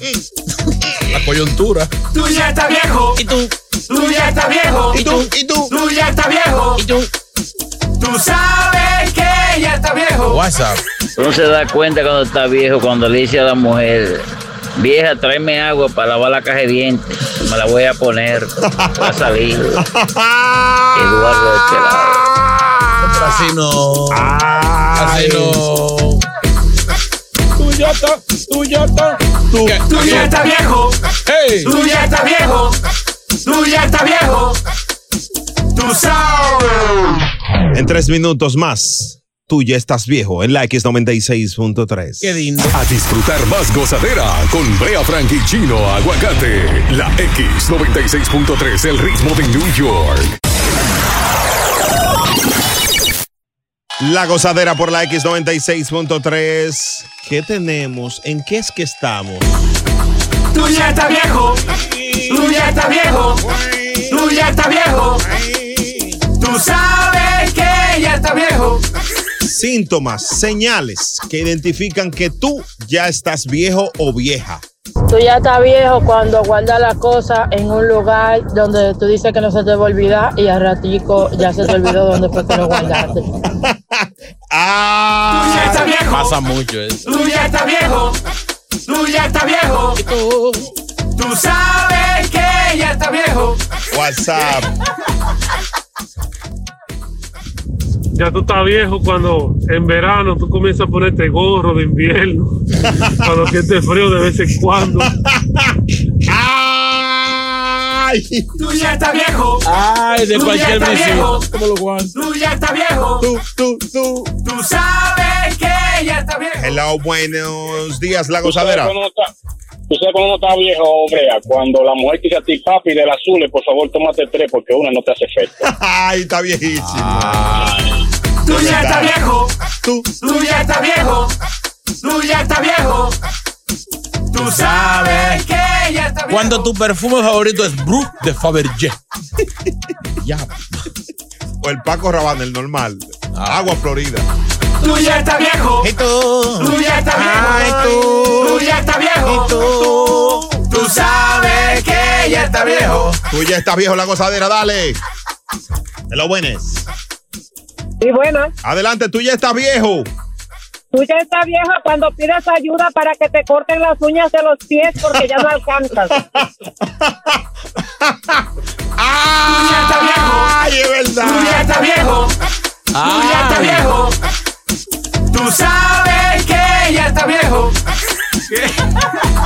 La coyuntura. Tú ya estás viejo. ¿Y tú? Tú ya estás viejo. ¿Y tú? ¿Y tú? Tú ya estás viejo. ¿Y tú? Tú sabes que ya estás viejo. WhatsApp. Uno se da cuenta cuando está viejo, cuando le dice a la mujer, vieja, tráeme agua para lavar la caja de dientes, me la voy a poner, va a salir. Eduardo de este lado. Ah. Así no. Así no. Tú ya estás, tú ya estás. Tú, Tú ya estás viejo. Hey. Tú ya estás viejo. Tú ya estás viejo. Tú sabes. En tres minutos más, tú ya estás viejo en la X96.3. Qué lindo. A disfrutar más gozadera con Brea Frank y Chino Aguacate. La X96.3, el ritmo de New York. La gozadera por la X96.3. ¿Qué tenemos? ¿En qué es que estamos? Tú ya estás viejo. Tú ya estás viejo. Tú ya estás viejo. Tú sabes que ya estás viejo. Síntomas, señales que identifican que tú ya estás viejo o vieja. Tú ya estás viejo cuando guardas las cosas en un lugar donde tú dices que no se te va a olvidar y al ratico ya se te olvidó dónde fue que lo guardaste. Pasa mucho eso. Tú ya estás viejo. Tú ya estás viejo. Tú sabes que ya está viejo. WhatsApp. Ya tú estás viejo cuando en verano tú comienzas a ponerte gorro de invierno. cuando sientes frío de vez en cuando. Tú ya estás viejo. Ay, de Tú ya cualquier estás vecino. viejo. ¿Cómo lo guardas? Tú ya estás viejo. Tú, tú, tú. Tú sabes que ya está viejo. Hello, buenos días, la gozadera. Tú sabes cuando está- tú sabes cuando uno está viejo, hombre, a cuando la mujer te dice a ti, papi, del azul, por favor, tómate tres porque una no te hace efecto. Ay, está viejísimo. Tú ya estás viejo. Tú, ya estás viejo. Tú ya estás viejo. Tú sabes que ya está viejo. Cuando tu perfume favorito es Brooke de Fabergé. Ya. O el Paco Rabanne, el normal. Agua Florida. Tú ya estás viejo. Y tú. Tú ya estás viejo. Ay, tú. Tú ya estás viejo. Y tú. Tú sabes que ya está viejo. Tú ya estás viejo, la gozadera, dale. Hello, buenas. Y buenas. Adelante, tú ya estás viejo. Tú ya estás vieja cuando pides ayuda para que te corten las uñas de los pies porque ya no alcanzas. Tú ya estás viejo. Ay, es verdad. Tú ya estás viejo. Tú ya estás viejo. Tú sabes que ya está viejo.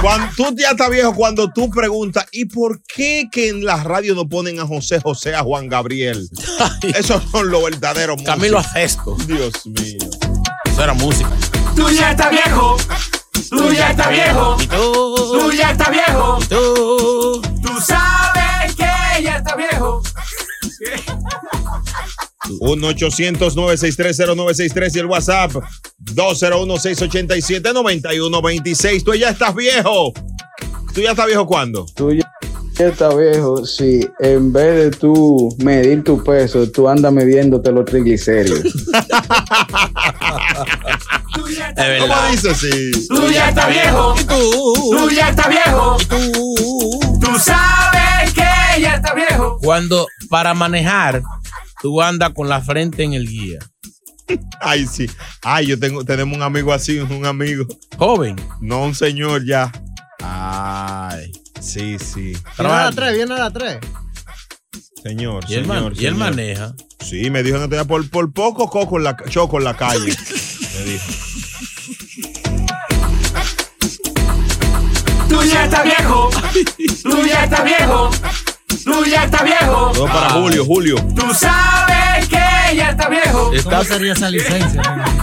Cuando tú ya estás viejo, cuando tú preguntas, ¿y por qué que en las radios no ponen a José José, a Juan Gabriel? Esos son los verdaderos Camilo Acesto. Dios mío. Eso era música. Tú ya estás viejo. Tú ya estás viejo. Tú ya estás viejo. Tú. sabes que ya está viejo. 1-800-963-0963 y el WhatsApp 201-687-9126. Tú ya estás viejo. ¿Tú ya estás viejo cuándo? Tú ya estás viejo si en vez de tú medir tu peso, tú andas midiéndote los triglicéridos. ¿Cómo dice sí? Tú ya estás viejo. Tú ya estás viejo. Tú sabes que ya está viejo. Cuando para manejar, tú andas con la frente en el guía. Ay, sí. Ay, yo tengo, tenemos un amigo así, un amigo. ¿Joven? No, un señor ya. Ay. Sí, sí. Viene a las 3, viene a las 3. Señor, Y él man- señor, y él señor. maneja. Sí, me dijo que tenía por, por poco coco en la, choco en la calle. me dijo. Tú ya estás viejo. Tú ya estás viejo. Tú ya estás viejo. Todo para Julio, Julio. Tú sabes que ya está viejo. Estás-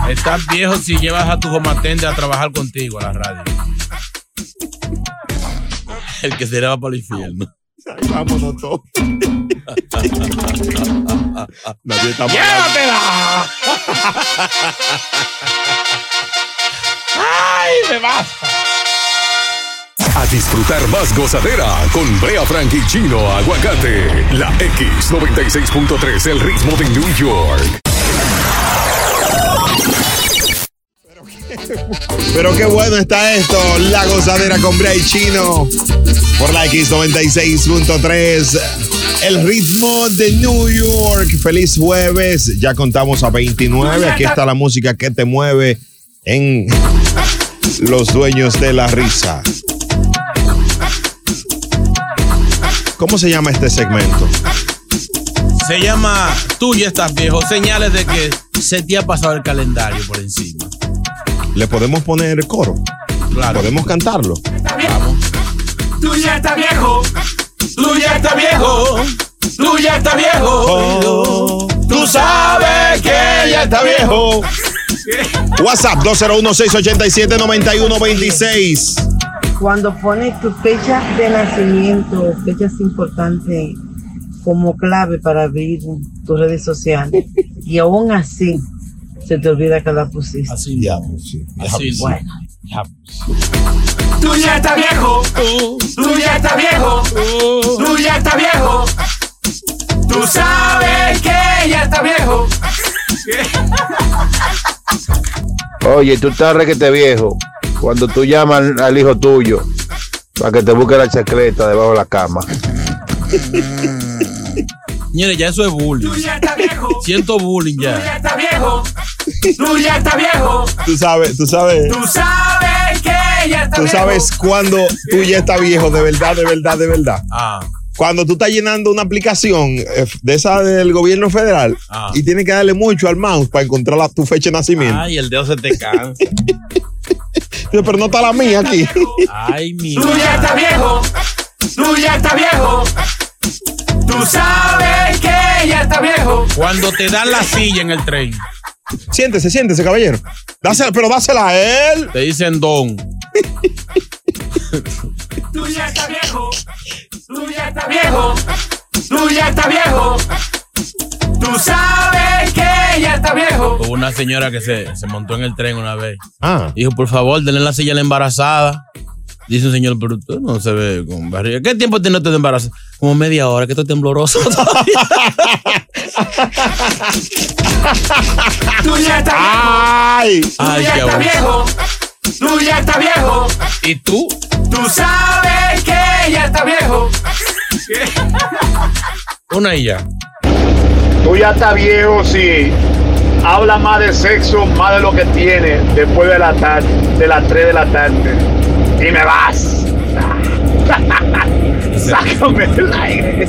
Estás viejo si llevas a tu homatende a trabajar contigo a la radio. El que se le va para el infierno. Vámonos todos. Nadie está ¡Llévatela! ¡Ay, me basta! A disfrutar más gozadera con Brea Frank y Chino Aguacate. La X96.3, el ritmo de New York. Pero qué bueno está esto, la gozadera con Bray Chino por la X96.3, el ritmo de New York. Feliz jueves, ya contamos a 29, aquí está la música que te mueve en Los Dueños de la Risa. ¿Cómo se llama este segmento? Se llama Tú ya estás viejo. Señales de que se te ha pasado el calendario por encima. ¿Le podemos poner coro? ¿Podemos cantarlo? Tú ya estás viejo. Tú ya estás viejo. Tú ya estás Oh. viejo. Tú sabes que ya está viejo. WhatsApp 201-687-9126. Cuando pones tu fecha de nacimiento, fechas importantes como clave para abrir tus redes sociales, y aún así se te olvida que la pusiste. Así Bueno. Tú ya estás viejo. Tú ya estás viejo. Tú ya estás viejo. Tú sabes que ya está viejo. Oye, tú estás requete viejo. Cuando tú llamas al hijo tuyo Para que te busque la chacleta debajo de la cama. Ah. Señores, ya eso es bullying. Siento bullying ya. está viejo. Tú ya está viejo. Tú sabes, tú sabes. Tú sabes que ya está Tú viejo. sabes cuando tú ya estás viejo, de verdad, de verdad, de verdad. Cuando tú estás llenando una aplicación eh, de esa del gobierno federal Ah. y tienes que darle mucho al mouse para encontrar la- tu fecha de nacimiento. Ay, el dedo se te cansa. Dice, Pero no está la mía aquí. Ay, mi. Tú ya está viejo. Tú ya está viejo. Tú sabes que ya está viejo. Cuando te dan la silla en el tren. Siéntese, siéntese, caballero. Dásela, pero dásela a él. Te dicen don. Tú ya está viejo. Tú ya está viejo. Tú ya está viejo. Tú sabes que ya está viejo. Hubo una señora que se, se montó en el tren una vez. Ah. Dijo, por favor, denle la silla a la embarazada. Dice un señor, pero usted no se ve con barriga. ¿Qué tiempo tiene usted de embarazo? Como media hora, que estoy tembloroso. Tú ya está Ay. Tú ya está viejo. Tú ya está viejo. ¿Y tú? Tú sabes que ya está viejo. Una y ya. Tú ya estás viejo si habla más de sexo, más de lo que tiene después de la tarde, de las 3 de la tarde. Y me vas. Sácame el aire.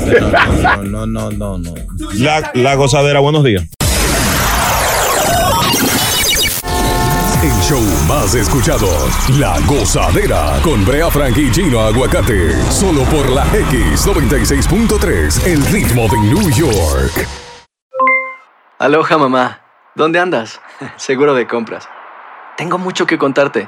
No, no, no, no. La, la gozadera, buenos días. El show más escuchado, La Gozadera, con Brea Frank y Gino Aguacate, solo por la X96.3, el ritmo de New York. Aloha mamá, ¿dónde andas? Seguro de compras. Tengo mucho que contarte.